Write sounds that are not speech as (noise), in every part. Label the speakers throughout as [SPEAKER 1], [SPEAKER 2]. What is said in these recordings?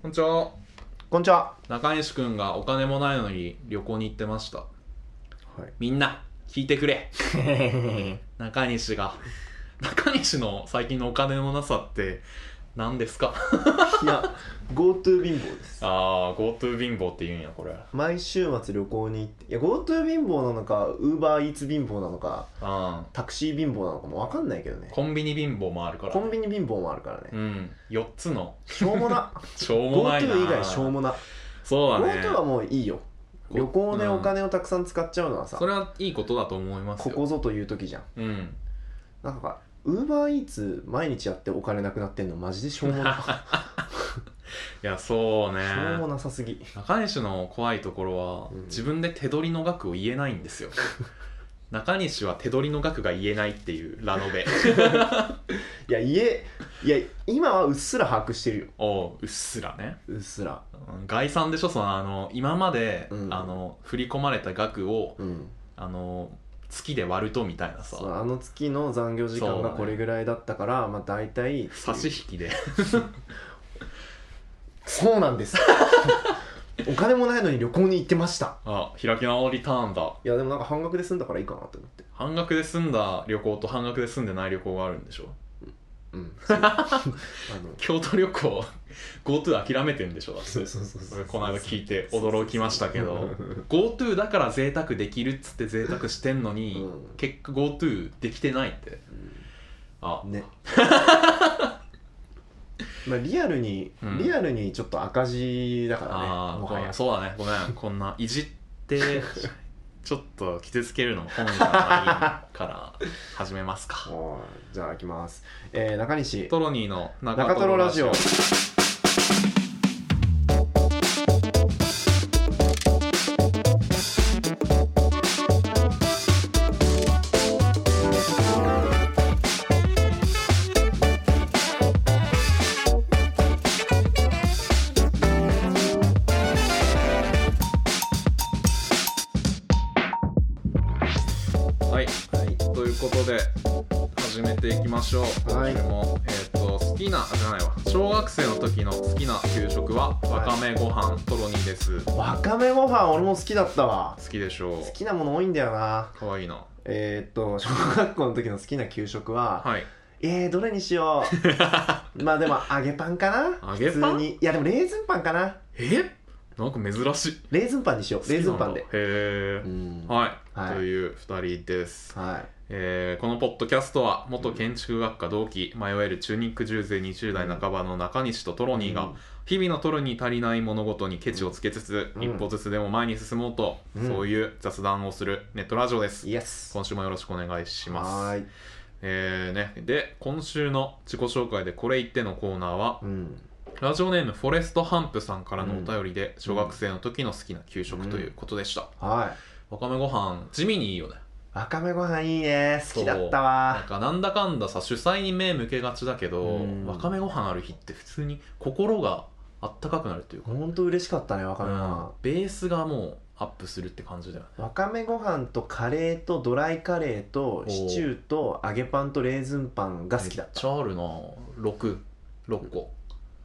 [SPEAKER 1] こんにちは
[SPEAKER 2] こんにち (laughs) は。
[SPEAKER 1] 中西くんがお金もないのに旅行に行ってました
[SPEAKER 2] はい。
[SPEAKER 1] みんな聞いてくれ中西が (laughs) 中西の最近のお金のなさって何です
[SPEAKER 2] (laughs)
[SPEAKER 1] か
[SPEAKER 2] いや、GoTo 貧乏です。
[SPEAKER 1] ああ GoTo 貧乏って言うんやこれ
[SPEAKER 2] 毎週末旅行に行って、いや、GoTo 貧乏なのか、UberEats 貧乏なのか、
[SPEAKER 1] うん
[SPEAKER 2] タクシー貧乏なのかもわかんないけどね。
[SPEAKER 1] コンビニ貧乏もあるから
[SPEAKER 2] コンビニ貧乏もあるから
[SPEAKER 1] う
[SPEAKER 2] ね。
[SPEAKER 1] ん4つの
[SPEAKER 2] しょうもな。
[SPEAKER 1] (laughs) しょうもないな
[SPEAKER 2] GoTo 以外しょうもな。
[SPEAKER 1] そうだね
[SPEAKER 2] GoTo はもういいよ。旅行でお金をたくさん使っちゃうのはさ
[SPEAKER 1] そ、れはいいことだと思います
[SPEAKER 2] こ
[SPEAKER 1] よ
[SPEAKER 2] こぞという時じゃん。
[SPEAKER 1] うん
[SPEAKER 2] なんか、UberEats 毎日やってお金なくなってんのマジでしょ
[SPEAKER 1] (laughs)
[SPEAKER 2] うもな。
[SPEAKER 1] いやそうね
[SPEAKER 2] しょうもなさすぎ。
[SPEAKER 1] 中西の怖いところは、
[SPEAKER 2] うん
[SPEAKER 1] 自分で手取りの額を言えないん
[SPEAKER 2] (laughs)
[SPEAKER 1] ですよ中西は手取りの額が言えないっていうラ
[SPEAKER 2] (laughs)
[SPEAKER 1] ノベ
[SPEAKER 2] いや、家、いや、今はうっすら把握してるよ。
[SPEAKER 1] おううっすらね
[SPEAKER 2] うっすら。
[SPEAKER 1] うん概算でしょそのあの今まで、
[SPEAKER 2] うん
[SPEAKER 1] あの振り込まれた額を
[SPEAKER 2] うん。
[SPEAKER 1] あの月で割るとみたいな
[SPEAKER 2] そう
[SPEAKER 1] さ
[SPEAKER 2] あの月の残業時間がこれぐらいだったから、まあ大体
[SPEAKER 1] 差し引きで
[SPEAKER 2] そうなんです (laughs) お金もないのに旅行に行ってました
[SPEAKER 1] あ開き直りターンだ
[SPEAKER 2] いやでもなんか半額で済んだからいいかなと思って
[SPEAKER 1] 半額で済んだ旅行と半額で済んでない旅行があるんでしょ
[SPEAKER 2] うん (laughs) あの
[SPEAKER 1] 京都旅行 GoTo 諦めてんでしょだって
[SPEAKER 2] そうそうそうそう
[SPEAKER 1] この間聞いて驚きましたけど
[SPEAKER 2] うん
[SPEAKER 1] GoTo だから贅沢できるっつって贅沢してんのに、
[SPEAKER 2] うん
[SPEAKER 1] 結果 GoTo できてないってあ
[SPEAKER 2] (laughs) ねまあリアルに、
[SPEAKER 1] うん
[SPEAKER 2] リアルにちょっと赤字だからね
[SPEAKER 1] あー
[SPEAKER 2] もはや
[SPEAKER 1] そうだねごめんこんないじって
[SPEAKER 2] (laughs)
[SPEAKER 1] ちょっと傷つけるのも本じゃないから始めますか
[SPEAKER 2] おーじゃあ行きます、えー、中西
[SPEAKER 1] トロニーの
[SPEAKER 2] 中トロラジオ
[SPEAKER 1] はい
[SPEAKER 2] はい
[SPEAKER 1] ということで始めていきましょう今
[SPEAKER 2] はい
[SPEAKER 1] 週も、えっ、と好きなあじゃないわ小学生の時の好きな給食はわかめご飯トロニーです好
[SPEAKER 2] わかめご飯俺も好きだったわ
[SPEAKER 1] きでしょ
[SPEAKER 2] 好
[SPEAKER 1] う
[SPEAKER 2] きなもの多いんだよな
[SPEAKER 1] かわいいな
[SPEAKER 2] えー、っと小学校の時の好きな給食は、
[SPEAKER 1] はい
[SPEAKER 2] えー、どれにしよ
[SPEAKER 1] (laughs)
[SPEAKER 2] うまあでも揚げパンかな
[SPEAKER 1] 揚げパン
[SPEAKER 2] 普通にいやでもレーズンパンかな
[SPEAKER 1] えなんか珍しい
[SPEAKER 2] レーズンパンにしようレーズンパンで
[SPEAKER 1] 好きなんだへえ、
[SPEAKER 2] うんは
[SPEAKER 1] はい、
[SPEAKER 2] はい
[SPEAKER 1] という2人です、
[SPEAKER 2] い
[SPEAKER 1] えーこのポッドキャストは元建築学科同期、迷える中肉重税20代半ばの中西とトロニーが、日々のトロニー足りない物事にケチをつけつつ、
[SPEAKER 2] うん
[SPEAKER 1] 一歩ずつでも前に進もうと、
[SPEAKER 2] うん
[SPEAKER 1] そういう雑談をするネットラジオです
[SPEAKER 2] イエス
[SPEAKER 1] 今週もよろしくお願いしま
[SPEAKER 2] は
[SPEAKER 1] す
[SPEAKER 2] ーい
[SPEAKER 1] えーね、で今週の自己紹介でこれ言ってのコーナーは
[SPEAKER 2] うん
[SPEAKER 1] ラジオネームフォレストハンプさんからのお便りで、小学生の時の好きな給食ということでした、
[SPEAKER 2] は
[SPEAKER 1] わかめご飯地味にいいよね
[SPEAKER 2] いわかめご飯いいね好きだっ
[SPEAKER 1] な
[SPEAKER 2] た
[SPEAKER 1] ん
[SPEAKER 2] わ
[SPEAKER 1] かなんだかんださ主催に目向けがちだけど
[SPEAKER 2] うん
[SPEAKER 1] わかめご飯ある日って普通に心があったかくなるというか、
[SPEAKER 2] ほんと嬉しかったねわかめご
[SPEAKER 1] うん
[SPEAKER 2] 飯、
[SPEAKER 1] ベースがもうアップするって感じだよね
[SPEAKER 2] わかめご飯とカレーとドライカレーと
[SPEAKER 1] お
[SPEAKER 2] シチューと揚げパンとレーズンパンが好きだっ
[SPEAKER 1] めったちゃあるな66個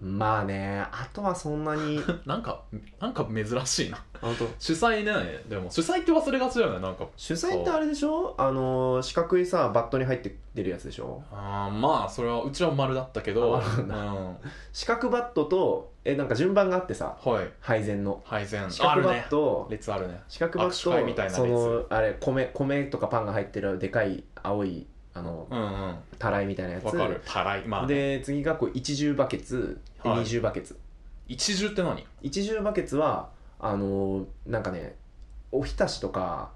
[SPEAKER 2] まあねあとはそんな
[SPEAKER 1] (laughs)
[SPEAKER 2] に
[SPEAKER 1] なんかなんか珍しいな
[SPEAKER 2] 本当
[SPEAKER 1] 主催ねでも主催って忘れがちだよねなんか
[SPEAKER 2] 主催ってあれでしょあのー四角いさバットに入って出るやつでしょ
[SPEAKER 1] あーまあそれはうちは丸だったけど、
[SPEAKER 2] あ丸なんだ
[SPEAKER 1] うん
[SPEAKER 2] 四角バットとえなんか順番があってさ
[SPEAKER 1] はい
[SPEAKER 2] 配膳の
[SPEAKER 1] 配膳
[SPEAKER 2] 四
[SPEAKER 1] あ
[SPEAKER 2] 角
[SPEAKER 1] る
[SPEAKER 2] バ
[SPEAKER 1] ね
[SPEAKER 2] ット、
[SPEAKER 1] 列あるね
[SPEAKER 2] 四角バ
[SPEAKER 1] 握手会み
[SPEAKER 2] ッ
[SPEAKER 1] たい
[SPEAKER 2] ト
[SPEAKER 1] な
[SPEAKER 2] そのあれ米米とかパンが入ってるでかい青いあの
[SPEAKER 1] うんうん
[SPEAKER 2] たらいみたいなやつ
[SPEAKER 1] わかるたらいまあね、
[SPEAKER 2] で次がこう一重バケツで
[SPEAKER 1] はい
[SPEAKER 2] 二重バケツ、
[SPEAKER 1] 一重って何、
[SPEAKER 2] 一重バケツはあのーなんかねおひたしとか、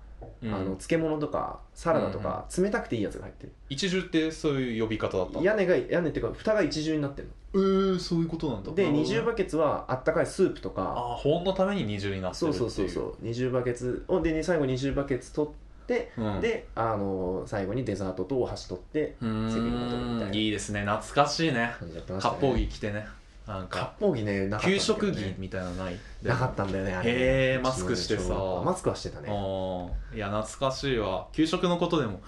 [SPEAKER 1] うん
[SPEAKER 2] あの漬物とかサラダとか、冷たくていいやつが入ってる
[SPEAKER 1] 一重ってそういう呼び方だった
[SPEAKER 2] 屋根が屋根っていうか蓋が一重になってるの
[SPEAKER 1] えー、そういうことなんだ
[SPEAKER 2] で
[SPEAKER 1] なるほ
[SPEAKER 2] 二
[SPEAKER 1] どね
[SPEAKER 2] 重バケツはあったかいスープとか
[SPEAKER 1] ああ保温のために二重になって
[SPEAKER 2] そ
[SPEAKER 1] る
[SPEAKER 2] う
[SPEAKER 1] ってい
[SPEAKER 2] そう
[SPEAKER 1] う
[SPEAKER 2] そうそう二重バケツをで最後二重バケツ取って、
[SPEAKER 1] う、ん、
[SPEAKER 2] で、あのー最後にデザートとお箸取って
[SPEAKER 1] うーん
[SPEAKER 2] 席に戻るみたいない
[SPEAKER 1] いですね懐かしいね
[SPEAKER 2] 感じやってました
[SPEAKER 1] 割烹
[SPEAKER 2] ね
[SPEAKER 1] 着着てねなんか
[SPEAKER 2] 割烹着ねなかったんだけどね
[SPEAKER 1] 給食着みたいなのない
[SPEAKER 2] なかったんだよねあれね
[SPEAKER 1] へえマスクしてさ
[SPEAKER 2] マスクはしてた
[SPEAKER 1] た
[SPEAKER 2] ね
[SPEAKER 1] いや懐かしいわ給食のことでも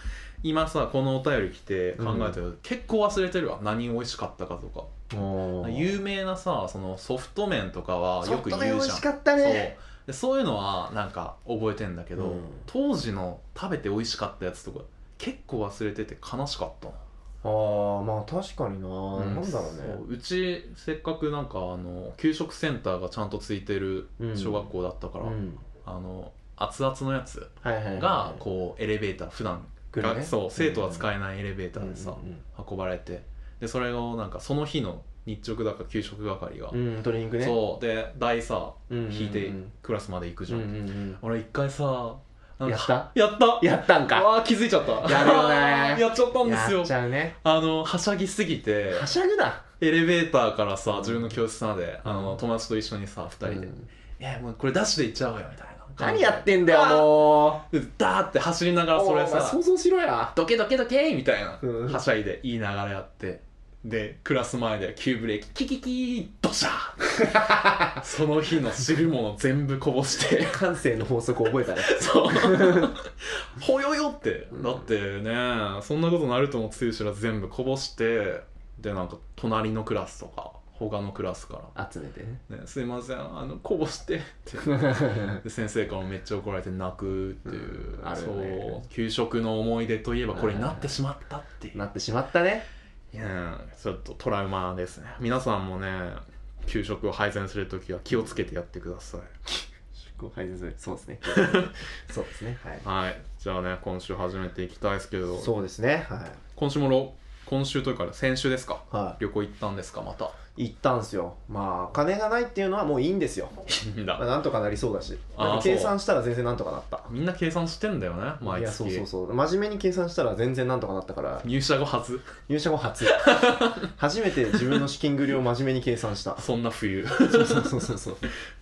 [SPEAKER 1] 今さこのお便り来て考えたけど、結構忘れてるわ何美味しかったかとか
[SPEAKER 2] おー
[SPEAKER 1] 有名なさそのソフト麺とかは
[SPEAKER 2] ソ
[SPEAKER 1] よ
[SPEAKER 2] フ
[SPEAKER 1] く
[SPEAKER 2] ト麺
[SPEAKER 1] 言う
[SPEAKER 2] 美
[SPEAKER 1] じ
[SPEAKER 2] 味
[SPEAKER 1] ゃん
[SPEAKER 2] しかっ
[SPEAKER 1] そ
[SPEAKER 2] た
[SPEAKER 1] う
[SPEAKER 2] ね
[SPEAKER 1] でそういうのはなんか覚えてんだけど、
[SPEAKER 2] うん
[SPEAKER 1] 当時の食べて美味しかったやつとか結構忘れてて悲しかったな
[SPEAKER 2] ああまあ確かにな、
[SPEAKER 1] うん
[SPEAKER 2] なんだろうね
[SPEAKER 1] そううちせっかくなんかあの給食センターがちゃんとついてる
[SPEAKER 2] うん
[SPEAKER 1] 小学校だったから、
[SPEAKER 2] うん
[SPEAKER 1] あの熱々のやつ
[SPEAKER 2] はいはいはい
[SPEAKER 1] がこうエレベーター普段
[SPEAKER 2] 来るね
[SPEAKER 1] そう生徒は
[SPEAKER 2] え
[SPEAKER 1] 使えないエレベーターでさ、
[SPEAKER 2] うん
[SPEAKER 1] 運ばれてでそれをなんかその日の日直だか給食係が、
[SPEAKER 2] うんうん、うん、ドリンクね
[SPEAKER 1] そうで台さ
[SPEAKER 2] うん、
[SPEAKER 1] 引いて
[SPEAKER 2] うん
[SPEAKER 1] クラスまで行くじ
[SPEAKER 2] う
[SPEAKER 1] ゃ
[SPEAKER 2] ん
[SPEAKER 1] ん、
[SPEAKER 2] うん
[SPEAKER 1] 俺一回さ
[SPEAKER 2] う、
[SPEAKER 1] なんん
[SPEAKER 2] や
[SPEAKER 1] か
[SPEAKER 2] った
[SPEAKER 1] やった
[SPEAKER 2] やったんか
[SPEAKER 1] わあ気づいちゃった
[SPEAKER 2] やるよね
[SPEAKER 1] やっちゃったんです
[SPEAKER 2] や
[SPEAKER 1] よ
[SPEAKER 2] っちゃうね
[SPEAKER 1] あのはしゃぎすぎて
[SPEAKER 2] はしゃぐな
[SPEAKER 1] エレベーターからさ自分の教室まで、あ
[SPEAKER 2] う
[SPEAKER 1] の
[SPEAKER 2] ん
[SPEAKER 1] 友達と一緒にさ2人で「
[SPEAKER 2] うん
[SPEAKER 1] いやもうこれダッシュで行っちゃおうよ」みたいな
[SPEAKER 2] 何やってんだよ
[SPEAKER 1] あー
[SPEAKER 2] も
[SPEAKER 1] でダーって走りなが
[SPEAKER 2] う
[SPEAKER 1] らそれ
[SPEAKER 2] お前
[SPEAKER 1] さ
[SPEAKER 2] 想像しろや
[SPEAKER 1] 「ドケドケドケ」みたいな、
[SPEAKER 2] うん
[SPEAKER 1] はしゃいでいい流れやってでクラス前で急ブレーキキキキードシャ
[SPEAKER 2] (laughs)
[SPEAKER 1] ーその日の汁物全部こぼして
[SPEAKER 2] 感性の法則を覚えたね
[SPEAKER 1] そう (laughs) ほよよってだってねそんなことなると思ってつゆ知らず全部こぼしてでなんか隣のクラスとか他のクラスから
[SPEAKER 2] 集め (laughs) てね
[SPEAKER 1] ね、すいませんあのこぼしてってで先生からもめっちゃ怒られて泣くっていう、
[SPEAKER 2] うんあるよね
[SPEAKER 1] そう給食の思い出といえばこれになってしまったっていう、
[SPEAKER 2] なってしまったね
[SPEAKER 1] いやちょっとトラウマですね皆さんもね給食を配膳するときは気をつけてやってください
[SPEAKER 2] 後輩ですそうですね (laughs) そうですねはい
[SPEAKER 1] はいじゃあね今週始めていきたいですけど
[SPEAKER 2] そうですねはい
[SPEAKER 1] 今週もろ今週というか先週ですか
[SPEAKER 2] は
[SPEAKER 1] 旅行行ったんですかまた
[SPEAKER 2] い行ったんすよまあお金がないっていうのはもういいんですよ
[SPEAKER 1] いいん
[SPEAKER 2] まあ
[SPEAKER 1] だ
[SPEAKER 2] なんとかなりそうだし
[SPEAKER 1] あー
[SPEAKER 2] なんか計算したら全然なんとかなった
[SPEAKER 1] みんな計算してんだよね毎月
[SPEAKER 2] いやそうそうそう真面目に計算したら全然なんとかなったから
[SPEAKER 1] 入社後初
[SPEAKER 2] 入社
[SPEAKER 1] (laughs)
[SPEAKER 2] 後初初めて自分の資金繰りを真面目に計算した
[SPEAKER 1] そんな冬
[SPEAKER 2] そうそうそうそう (laughs) そう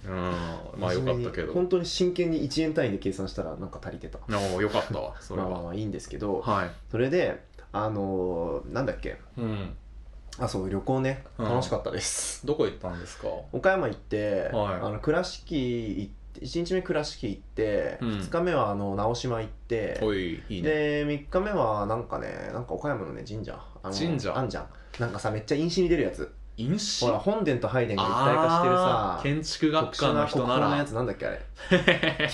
[SPEAKER 1] うんまあよかったけ
[SPEAKER 2] 真面目に
[SPEAKER 1] ど
[SPEAKER 2] 本当に真剣に1円単位で計算したらなんか足りてた
[SPEAKER 1] およかったわそれ
[SPEAKER 2] まあまあ
[SPEAKER 1] は
[SPEAKER 2] まあいいんですけど
[SPEAKER 1] はい
[SPEAKER 2] それであのーなんだっけ
[SPEAKER 1] うん
[SPEAKER 2] あそう旅行ね
[SPEAKER 1] うん
[SPEAKER 2] 楽しかったです、
[SPEAKER 1] どこ行ったんですか
[SPEAKER 2] 岡山行って、
[SPEAKER 1] はい
[SPEAKER 2] あの倉敷行って1日目倉敷行って、
[SPEAKER 1] うん
[SPEAKER 2] 2日目はあの直島行って
[SPEAKER 1] おいいいね
[SPEAKER 2] で3日目はなんかねなんか岡山のね神社あの
[SPEAKER 1] 神社
[SPEAKER 2] あんじゃんなんかさめっちゃ印紙に出るやつ
[SPEAKER 1] 飲酒
[SPEAKER 2] ほら本殿と拝殿が一体化してる
[SPEAKER 1] あ
[SPEAKER 2] さ
[SPEAKER 1] ー建築
[SPEAKER 2] 特
[SPEAKER 1] 学科
[SPEAKER 2] 殊
[SPEAKER 1] の
[SPEAKER 2] な国
[SPEAKER 1] 人な
[SPEAKER 2] 宝のや
[SPEAKER 1] ら
[SPEAKER 2] つなんだっけあれ吉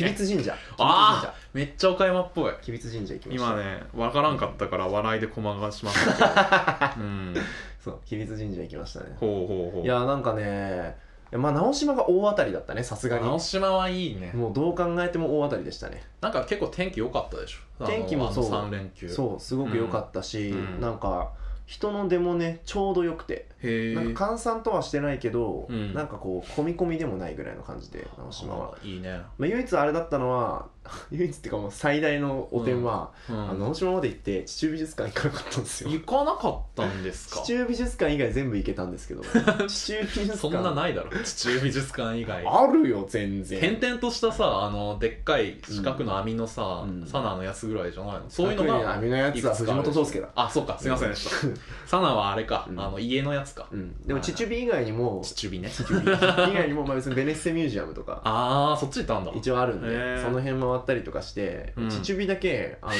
[SPEAKER 2] 備津神社
[SPEAKER 1] あ (laughs) めっちゃ岡山っぽい
[SPEAKER 2] 吉備津神社吉備津神社行きました
[SPEAKER 1] 今ねわからんかったから笑いで駒がしましたけ
[SPEAKER 2] (laughs)
[SPEAKER 1] どうん
[SPEAKER 2] そう吉備津神社行きましたね
[SPEAKER 1] ほうほうほう
[SPEAKER 2] いやなんかねまあ直島が大当たりだったねさすがに
[SPEAKER 1] 直島はいいね
[SPEAKER 2] もうどう考えても大当たりでしたね
[SPEAKER 1] なんか結構天気良かったでしょ
[SPEAKER 2] 天気もそう
[SPEAKER 1] 3連休
[SPEAKER 2] そうすごく良かったし、
[SPEAKER 1] うん
[SPEAKER 2] なんか人の出もねちょうど良くて、
[SPEAKER 1] へえ
[SPEAKER 2] なんか閑散とはしてないけど、
[SPEAKER 1] うん
[SPEAKER 2] なんかこう込み込みでもないぐらいの感じで直島は、
[SPEAKER 1] いいね、
[SPEAKER 2] まあ、唯一あれだったのは (laughs) 唯一っていうかもう最大の汚点は、
[SPEAKER 1] うん
[SPEAKER 2] あの直島まで行って地中美術館行かなかったんですよ
[SPEAKER 1] 行かなかったんですか
[SPEAKER 2] 地中美術館以外全部行けたんで
[SPEAKER 1] (laughs)
[SPEAKER 2] すけど地中美術館
[SPEAKER 1] そんなないだろ地中美術館以外
[SPEAKER 2] あるよ全
[SPEAKER 1] 点
[SPEAKER 2] 然
[SPEAKER 1] 々としたさあのでっかい四角の網のさ、
[SPEAKER 2] うん
[SPEAKER 1] サナのやつぐらいじゃないのそういうの
[SPEAKER 2] 角い
[SPEAKER 1] が
[SPEAKER 2] 網のやつはい
[SPEAKER 1] くつ
[SPEAKER 2] 藤
[SPEAKER 1] かある
[SPEAKER 2] 本壮介だ
[SPEAKER 1] あそうかすいませんでしたサナはあれか、
[SPEAKER 2] うん
[SPEAKER 1] あの家のやつか
[SPEAKER 2] うん、でも地中美以外にも
[SPEAKER 1] 地中美ね
[SPEAKER 2] 地中美以外にもまあ別にベネッセミュージアムとか
[SPEAKER 1] ああそっち行ったんだ
[SPEAKER 2] 一応あるんで、
[SPEAKER 1] へー
[SPEAKER 2] その辺回ったりとかして、
[SPEAKER 1] うん
[SPEAKER 2] チチュビだけ
[SPEAKER 1] (laughs)
[SPEAKER 2] あの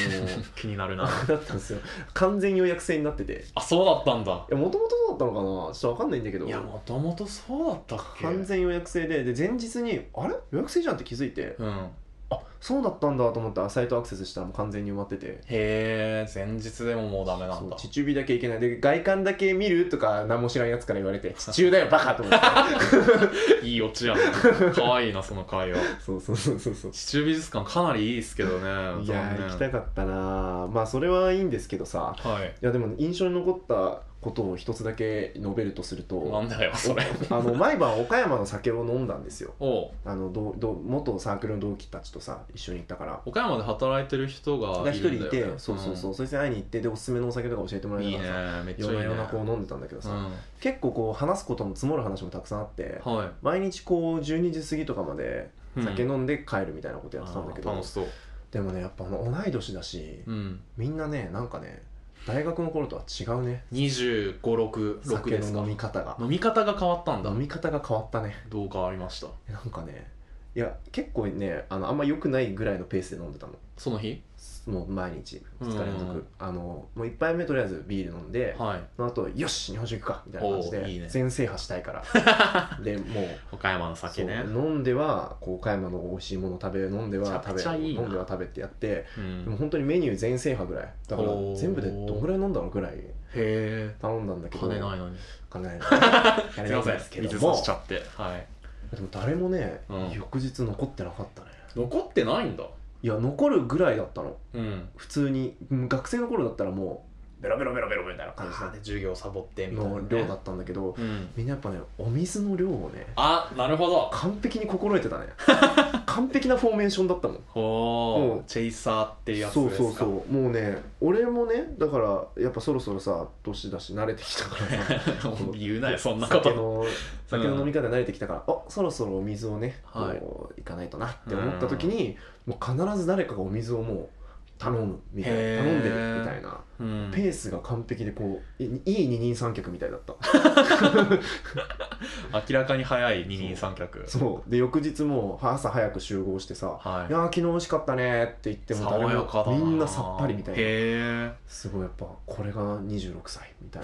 [SPEAKER 1] 気になるな
[SPEAKER 2] あれだったんですよ完全予約制になってて
[SPEAKER 1] あそうだったんだ
[SPEAKER 2] もともとそうだったのかなちょっと分かんないんだけど
[SPEAKER 1] いやもともとそうだったっけ
[SPEAKER 2] 完全予約制でで前日にあれ予約制じゃんって気づいて
[SPEAKER 1] うん
[SPEAKER 2] あそうだったんだと思ってサイトアクセスしたらもう完全に埋まってて
[SPEAKER 1] へえ前日でももうダメなん
[SPEAKER 2] そう
[SPEAKER 1] だ
[SPEAKER 2] チチュビだけいけないで外観だけ見るとか何も知らんやつから言われて「地中だよバカ!」と思って
[SPEAKER 1] いいオ
[SPEAKER 2] (laughs)
[SPEAKER 1] チやなかわいいな (laughs) その会話
[SPEAKER 2] そうそうそうそうそう
[SPEAKER 1] 地中美術館かなりいいですけどね
[SPEAKER 2] いや
[SPEAKER 1] 残
[SPEAKER 2] ー
[SPEAKER 1] 念
[SPEAKER 2] 行きたかったなーまあそれはいいんですけどさ
[SPEAKER 1] はい
[SPEAKER 2] いやでも印象に残ったことを一つだけ述べるとする
[SPEAKER 1] な
[SPEAKER 2] と
[SPEAKER 1] んだよそれ
[SPEAKER 2] あの毎晩岡山の酒を飲んだんですよ
[SPEAKER 1] おう
[SPEAKER 2] あのどど元サークルの同期たちとさ一緒に行ったから
[SPEAKER 1] 岡山で働いてる人が
[SPEAKER 2] が
[SPEAKER 1] い
[SPEAKER 2] 一人
[SPEAKER 1] るん
[SPEAKER 2] い
[SPEAKER 1] だよ、ね、
[SPEAKER 2] てそうそうそう、そいつに会いに行ってでおすすめのお酒とか教えても
[SPEAKER 1] う
[SPEAKER 2] ら
[SPEAKER 1] ん
[SPEAKER 2] い
[SPEAKER 1] い
[SPEAKER 2] ないが
[SPEAKER 1] ね
[SPEAKER 2] らさ
[SPEAKER 1] めっちゃいい
[SPEAKER 2] 夜な
[SPEAKER 1] ね
[SPEAKER 2] 夜なこう飲んでたんだけど
[SPEAKER 1] う
[SPEAKER 2] さ、
[SPEAKER 1] ん
[SPEAKER 2] 結構こう話すことも積もる話もたくさんあって
[SPEAKER 1] は
[SPEAKER 2] 毎日こう12時過ぎとかまで
[SPEAKER 1] い
[SPEAKER 2] 酒
[SPEAKER 1] うん
[SPEAKER 2] 飲んで帰るみたいなことやってたんだけど、
[SPEAKER 1] あー楽しそう
[SPEAKER 2] でもねやっぱあの同い年だし、
[SPEAKER 1] うん
[SPEAKER 2] みんなねなんかね大学の頃とは違うね
[SPEAKER 1] 2 5 6 6
[SPEAKER 2] 酒
[SPEAKER 1] です
[SPEAKER 2] の
[SPEAKER 1] か
[SPEAKER 2] 飲み方が
[SPEAKER 1] 飲み方が変わったんだ
[SPEAKER 2] 飲み方が変わったね
[SPEAKER 1] どう変わりました
[SPEAKER 2] なんかねいや結構ねあのあんま良くないぐらいのペースで飲んでたの
[SPEAKER 1] その日
[SPEAKER 2] もう毎日2日連
[SPEAKER 1] うん
[SPEAKER 2] 続あのもう1杯目とりあえずビール飲んで
[SPEAKER 1] はい
[SPEAKER 2] その後よし日本酒行くかみたいな感じ
[SPEAKER 1] おーいい
[SPEAKER 2] で
[SPEAKER 1] ね
[SPEAKER 2] 全制覇したいから
[SPEAKER 1] (laughs)
[SPEAKER 2] でもう
[SPEAKER 1] 岡山の酒ね
[SPEAKER 2] そう飲んではこう岡山の美味しいもの食べ飲んでは食
[SPEAKER 1] めちゃくちゃ
[SPEAKER 2] べ
[SPEAKER 1] いいな
[SPEAKER 2] 飲んでは食べってやって
[SPEAKER 1] う
[SPEAKER 2] でも
[SPEAKER 1] ん、
[SPEAKER 2] 本当にメニュー全制覇ぐらいだから
[SPEAKER 1] おー
[SPEAKER 2] 全部でどんぐらい飲んだのぐらい
[SPEAKER 1] へえ
[SPEAKER 2] 頼んだんだけど
[SPEAKER 1] 金ないのに
[SPEAKER 2] 金
[SPEAKER 1] (laughs)
[SPEAKER 2] ない
[SPEAKER 1] す
[SPEAKER 2] 金
[SPEAKER 1] い
[SPEAKER 2] な
[SPEAKER 1] ま
[SPEAKER 2] いん
[SPEAKER 1] せん
[SPEAKER 2] ですけ
[SPEAKER 1] 水
[SPEAKER 2] ど
[SPEAKER 1] 差
[SPEAKER 2] も
[SPEAKER 1] しちゃってはい
[SPEAKER 2] でも誰もね、
[SPEAKER 1] うん
[SPEAKER 2] 翌日残ってなかったね
[SPEAKER 1] 残ってないんだ
[SPEAKER 2] いや残るぐらいだったの
[SPEAKER 1] うん
[SPEAKER 2] 普通にうん学生の頃だったらもうベロベロベロベロみたいな感じ
[SPEAKER 1] あーで授業サボってみたいな、
[SPEAKER 2] の
[SPEAKER 1] ね、
[SPEAKER 2] 量だったんだけど
[SPEAKER 1] うん
[SPEAKER 2] みんなやっぱねお水の量をね
[SPEAKER 1] あなるほど
[SPEAKER 2] 完璧に心得て
[SPEAKER 1] (laughs)
[SPEAKER 2] たね完璧なフォーメーションだったもん
[SPEAKER 1] ほ
[SPEAKER 2] う
[SPEAKER 1] うチェイサーっていうやつ
[SPEAKER 2] そ
[SPEAKER 1] で
[SPEAKER 2] う
[SPEAKER 1] すか
[SPEAKER 2] そうそうもうね俺もねだからやっぱそろそろさ年だし慣れてきたから
[SPEAKER 1] (laughs)
[SPEAKER 2] さ
[SPEAKER 1] 言うなよそんなこ
[SPEAKER 2] 酒
[SPEAKER 1] と
[SPEAKER 2] の酒の飲み方慣れてきたから、あそろそろお水をね、
[SPEAKER 1] はい
[SPEAKER 2] こういかないとなって思った時に、もう必ず誰かがお水をもう頼むみたいな
[SPEAKER 1] へー
[SPEAKER 2] 頼んでるみたいな
[SPEAKER 1] うん
[SPEAKER 2] ペースが完璧でこういいい二人三脚みたいだった
[SPEAKER 1] (laughs) 明らかに早い二人三脚
[SPEAKER 2] そうで翌日も朝早く集合してさ「
[SPEAKER 1] はい
[SPEAKER 2] いやー昨日美味しかったね」って言っても
[SPEAKER 1] 爽
[SPEAKER 2] 誰
[SPEAKER 1] やかだ
[SPEAKER 2] も
[SPEAKER 1] な
[SPEAKER 2] みんなさっぱりみたい
[SPEAKER 1] へ
[SPEAKER 2] な
[SPEAKER 1] (laughs) え
[SPEAKER 2] すごいやっぱこれが26歳みたい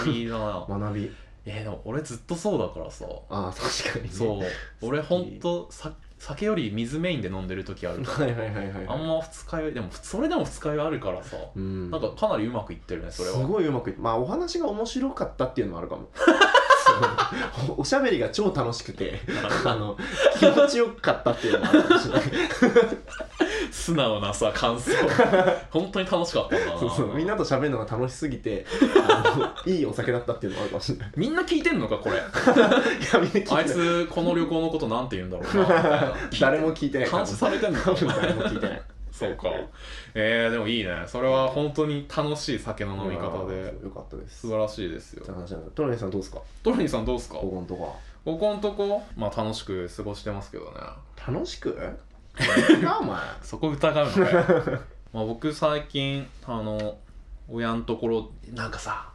[SPEAKER 1] 学びだな
[SPEAKER 2] な学び
[SPEAKER 1] えーでも俺ずっとそうだからさ
[SPEAKER 2] ああ確かにね
[SPEAKER 1] そう俺ほんとさ酒より水メインで飲んでる時ある
[SPEAKER 2] はいはいはいはい、
[SPEAKER 1] あんま二日酔いでもそれでも二日酔いあるからさ
[SPEAKER 2] うん、
[SPEAKER 1] なんかかなりうまくいってるねそれは
[SPEAKER 2] すごいうまくいっまあお話が面白かったっていうのもある
[SPEAKER 1] (laughs)
[SPEAKER 2] かもそうおしゃべりが超楽しくてあの気持ちよかったっていうのもあるかもしれない
[SPEAKER 1] 素直なさ感
[SPEAKER 2] (laughs)
[SPEAKER 1] 想本当に楽しかったんだな
[SPEAKER 2] そうそうみんなと喋るのが楽しすぎてあのいいお酒だったっていうのもあるかもしれない
[SPEAKER 1] みんな聞いてんのかこれ
[SPEAKER 2] いやみんな聞いて
[SPEAKER 1] あ
[SPEAKER 2] な
[SPEAKER 1] (laughs)
[SPEAKER 2] い
[SPEAKER 1] いつこの旅行のことなんて言うんだろうな
[SPEAKER 2] (laughs) 誰も聞いてない
[SPEAKER 1] 監視されてんの
[SPEAKER 2] 多分誰も聞いてない
[SPEAKER 1] そうかえー、でもいいねそれは本当に楽しい酒の飲み方で
[SPEAKER 2] よかったです
[SPEAKER 1] 素晴らしいですよ
[SPEAKER 2] って話なんだトロニーさんどうですか
[SPEAKER 1] トロニーさんどうですか
[SPEAKER 2] ここのとこ
[SPEAKER 1] ここんとこまあ楽しく過ごしてますけどね
[SPEAKER 2] は楽し
[SPEAKER 1] (laughs)
[SPEAKER 2] くなお前
[SPEAKER 1] そこ疑うのかよ
[SPEAKER 2] (laughs)
[SPEAKER 1] まあ僕最近あの親のところなんかさ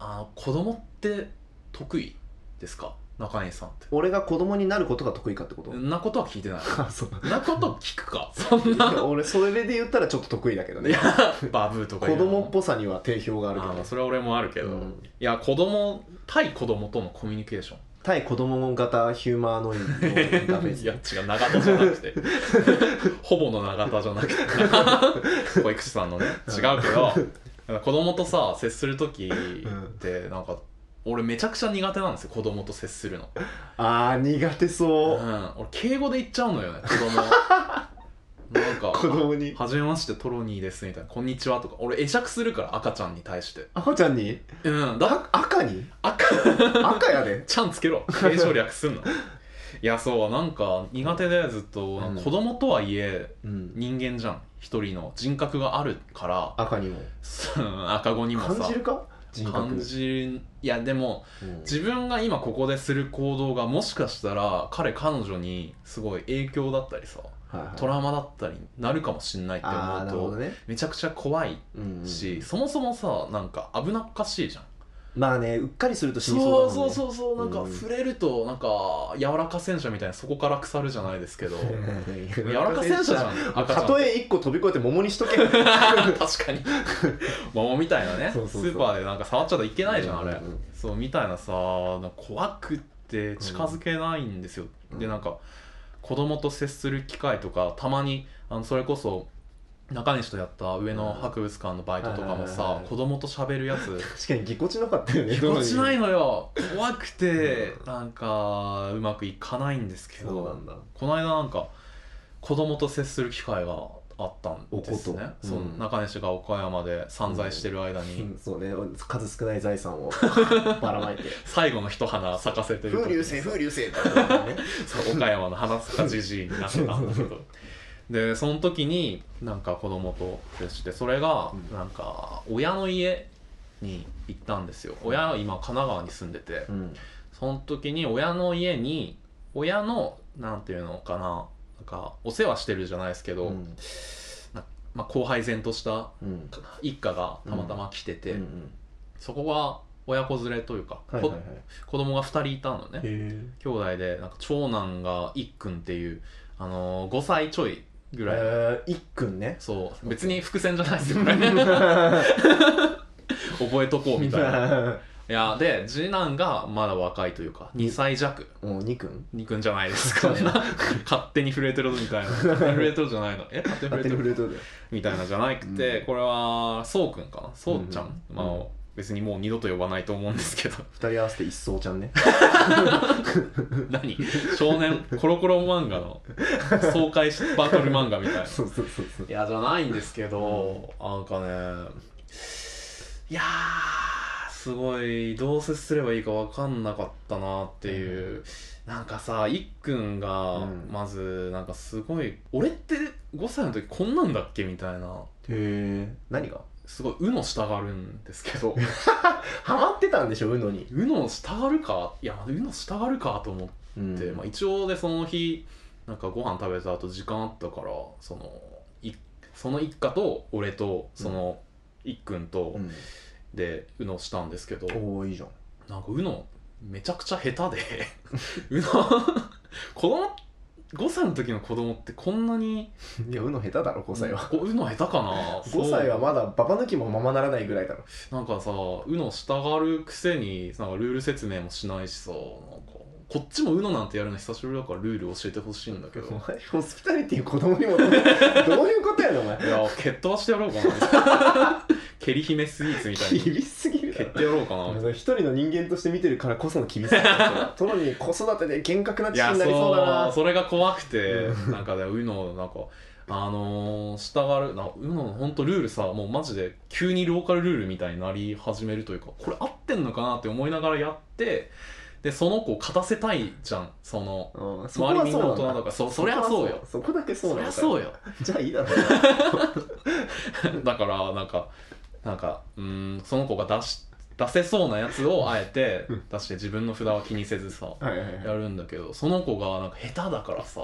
[SPEAKER 1] あの子供って得意ですか中西さんって
[SPEAKER 2] 俺が子供になることが得意かってこと
[SPEAKER 1] そんなことは聞いてない
[SPEAKER 2] あそう
[SPEAKER 1] そんなこと聞くかそん
[SPEAKER 2] いや
[SPEAKER 1] な
[SPEAKER 2] 俺 (laughs) それで言ったらちょっと得意だけど
[SPEAKER 1] い
[SPEAKER 2] ね
[SPEAKER 1] やバブーとか言
[SPEAKER 2] 子
[SPEAKER 1] うの
[SPEAKER 2] 供っぽさには定評があるけど
[SPEAKER 1] あ
[SPEAKER 2] ね
[SPEAKER 1] ーそれは俺もあるけど、
[SPEAKER 2] うん
[SPEAKER 1] いや子供対子供とのコミュニケーション
[SPEAKER 2] 対子供型ヒューマノイドダメー
[SPEAKER 1] (laughs) い
[SPEAKER 2] ジ
[SPEAKER 1] や違う長田じゃなく (laughs) てほぼの長田じゃなくて保育士さんのね違うけど子供とさ接する時ってなんか俺めちゃくちゃ苦手なんですよ子供と接するの、
[SPEAKER 2] あー苦手
[SPEAKER 1] う、
[SPEAKER 2] そうん
[SPEAKER 1] 俺敬語で言っちゃうのよね子 (laughs) 供なんか
[SPEAKER 2] 子供に
[SPEAKER 1] はじめましてトロニーです」みたいな「こんにちは」とか俺会釈するから赤ちゃんに対して
[SPEAKER 2] 赤ちゃんに
[SPEAKER 1] うんだ
[SPEAKER 2] あ赤に
[SPEAKER 1] 赤
[SPEAKER 2] 赤やで
[SPEAKER 1] ちゃんつけろ継承略すんないやそうなんか苦手でずっと、
[SPEAKER 2] うん
[SPEAKER 1] 子供とはいえ
[SPEAKER 2] うん
[SPEAKER 1] 人間じゃん一人の人格があるから (laughs)
[SPEAKER 2] 赤にも
[SPEAKER 1] そう赤子にもさ
[SPEAKER 2] 感じるか人格
[SPEAKER 1] 感じるいやでも
[SPEAKER 2] うん
[SPEAKER 1] 自分が今ここでする行動がもしかしたら彼彼女にすごい影響だったりさ
[SPEAKER 2] はいはい
[SPEAKER 1] トラウマだったりなるかもしんないって
[SPEAKER 2] あーなる
[SPEAKER 1] 思
[SPEAKER 2] ほ
[SPEAKER 1] う
[SPEAKER 2] ど
[SPEAKER 1] と
[SPEAKER 2] ね
[SPEAKER 1] めちゃくちゃ怖い
[SPEAKER 2] うんうん
[SPEAKER 1] し、そもそもさなんか危なっかしいじゃん
[SPEAKER 2] まあねうっかりすると死に
[SPEAKER 1] そう
[SPEAKER 2] だも
[SPEAKER 1] そ
[SPEAKER 2] ん
[SPEAKER 1] う
[SPEAKER 2] ね
[SPEAKER 1] そうそうなんか
[SPEAKER 2] うん
[SPEAKER 1] 触れるとなんか柔らか戦車みたいなそこから腐るじゃないです
[SPEAKER 2] (laughs)
[SPEAKER 1] けど柔らか戦車じゃん赤ちゃ
[SPEAKER 2] た
[SPEAKER 1] ん
[SPEAKER 2] とえ一個飛び越えて桃にしとけ
[SPEAKER 1] (laughs) 確か
[SPEAKER 2] (laughs)
[SPEAKER 1] に桃みたいなね
[SPEAKER 2] そうそうそう
[SPEAKER 1] スーパーでなんか触っちゃったらいけないじゃんあれ、
[SPEAKER 2] うんうん
[SPEAKER 1] そうみたいなさなんか怖くって近づけないんですよ、
[SPEAKER 2] うん
[SPEAKER 1] でなんか子供と接する機会とかたまにあのそれこそ中西とやった上野博物館のバイトとかも
[SPEAKER 2] はいはい
[SPEAKER 1] さ
[SPEAKER 2] は、い
[SPEAKER 1] 子供と喋るや
[SPEAKER 2] (laughs)
[SPEAKER 1] つ
[SPEAKER 2] 確かにぎこちなかったよね
[SPEAKER 1] 気持ちない
[SPEAKER 2] の
[SPEAKER 1] のよ怖くて
[SPEAKER 2] う
[SPEAKER 1] なんかうまくいかないんですけど
[SPEAKER 2] そうなんだ
[SPEAKER 1] この間なんか子供と接する機会があったんですね
[SPEAKER 2] おこと
[SPEAKER 1] そう
[SPEAKER 2] うん
[SPEAKER 1] 中西が岡山で散財してる間に、
[SPEAKER 2] うんそうね数少ない財産
[SPEAKER 1] (laughs)
[SPEAKER 2] をばらまいて
[SPEAKER 1] 最後の一花咲かせてる
[SPEAKER 2] 風
[SPEAKER 1] 時
[SPEAKER 2] 流
[SPEAKER 1] に
[SPEAKER 2] 星風流星って言ったね
[SPEAKER 1] そう岡山の花塚じじいになってたんだけどでその時になんか子供と接してそれが
[SPEAKER 2] うん
[SPEAKER 1] なんか親の家に行ったんですよ親は今神奈川に住んでて、
[SPEAKER 2] うん
[SPEAKER 1] その時に親の家に親のなんていうのかななんかお世話してるじゃないですけど、
[SPEAKER 2] うん
[SPEAKER 1] まあ、後輩然とした
[SPEAKER 2] うん
[SPEAKER 1] 一家がたまたま来てて、
[SPEAKER 2] うん
[SPEAKER 1] そこが親子連れというか、
[SPEAKER 2] はいはいはい
[SPEAKER 1] こ子供が2人いたのね
[SPEAKER 2] へ
[SPEAKER 1] 兄弟でなんか長男がいっくんっていう、あのー、5歳ちょいぐ
[SPEAKER 2] え
[SPEAKER 1] らい、
[SPEAKER 2] ー、一君ね
[SPEAKER 1] そう別に伏線じゃないですよね
[SPEAKER 2] (laughs)
[SPEAKER 1] 覚えとこう (laughs) みたいないやで次男がまだ若いというか2歳弱
[SPEAKER 2] (laughs) もう二君
[SPEAKER 1] にくんじゃないですか (laughs) 勝手に震えてるみたいな勝手に震えてるじゃないのえ勝手に震
[SPEAKER 2] 勝
[SPEAKER 1] え
[SPEAKER 2] 手
[SPEAKER 1] て
[SPEAKER 2] に
[SPEAKER 1] る
[SPEAKER 2] フルートで
[SPEAKER 1] みたいなじゃなくて、
[SPEAKER 2] うん
[SPEAKER 1] これはそうくんかなそうちゃん、
[SPEAKER 2] うん
[SPEAKER 1] まあ別にもう二度と呼ばないと思うんですけど
[SPEAKER 2] 二人合わせて一層ち
[SPEAKER 1] (laughs)
[SPEAKER 2] ゃんね
[SPEAKER 1] 何少年コロコロ漫画の爽快しバトル漫画みたいな
[SPEAKER 2] そうそうそうそ
[SPEAKER 1] (laughs)
[SPEAKER 2] う
[SPEAKER 1] いやじゃないんですけど、なんかねいやーすごいどう接すればいいか分かんなかったなっていう、なんかさいっくんが
[SPEAKER 2] うん
[SPEAKER 1] まずなんかすごい、俺って5歳の時こんなんだっけみたいな
[SPEAKER 2] へえ何が
[SPEAKER 1] すごい「う」の下があるんですけ
[SPEAKER 2] (laughs)
[SPEAKER 1] ど
[SPEAKER 2] ハマってたんでしょうのに
[SPEAKER 1] 「う」の下がるかいや「う」の下がるかと思
[SPEAKER 2] う
[SPEAKER 1] って、まあ、一応でその日なんかご飯食べた後時間あったからそのいその一家と俺とその、いっくんと、
[SPEAKER 2] うん
[SPEAKER 1] でうのしたんですけど
[SPEAKER 2] おおいいじゃん
[SPEAKER 1] なんかうのめちゃくちゃ下手で (laughs) うの子供5歳の時の子供ってこんなに
[SPEAKER 2] いやうの下手だろ5歳は
[SPEAKER 1] こうの下手かな
[SPEAKER 2] 5歳はまだババ抜きもままならないぐらいだろ
[SPEAKER 1] なんかさうのしたがるくせになんかルール説明もしないしさなんかこっちもうのなんてやるの久しぶりだからルール教えてほしいんだけど
[SPEAKER 2] お前ホスピタリティ子供にもどう (laughs) いうことやねんお前
[SPEAKER 1] いや蹴っ飛ばしてやろうかな (laughs) 蹴り姫スイーツみたい
[SPEAKER 2] (laughs)
[SPEAKER 1] に
[SPEAKER 2] 厳しすぎる
[SPEAKER 1] 蹴
[SPEAKER 2] だろ
[SPEAKER 1] ってやろうかなみた
[SPEAKER 2] (laughs)
[SPEAKER 1] いな
[SPEAKER 2] それ一人の人間として見てるからこその厳しさだよトロに子育てで厳格な父になりそうだ
[SPEAKER 1] いや
[SPEAKER 2] な
[SPEAKER 1] そそれが怖くて
[SPEAKER 2] う
[SPEAKER 1] なんかねうのなんかあのー、従うなうの本当ルールさもうマジで急にローカルルールみたいになり始めるというかこれ合ってんのかなって思いながらやってでその子勝たせたいじゃんその
[SPEAKER 2] うんそこ
[SPEAKER 1] 周り
[SPEAKER 2] は
[SPEAKER 1] みん
[SPEAKER 2] そ
[SPEAKER 1] な大
[SPEAKER 2] うなん
[SPEAKER 1] 人だ
[SPEAKER 2] だ
[SPEAKER 1] からそそりゃそうよ
[SPEAKER 2] そこだけそう
[SPEAKER 1] そ
[SPEAKER 2] な
[SPEAKER 1] り
[SPEAKER 2] んだ
[SPEAKER 1] ゃそうよ
[SPEAKER 2] じゃあいいだろ
[SPEAKER 1] (laughs) だからなんかなんかうーんその子が出し出せそうなやつをあえて出して自分の札は気にせずさ
[SPEAKER 2] はいはいはい
[SPEAKER 1] やるんだけどその子がなんか下手だからさ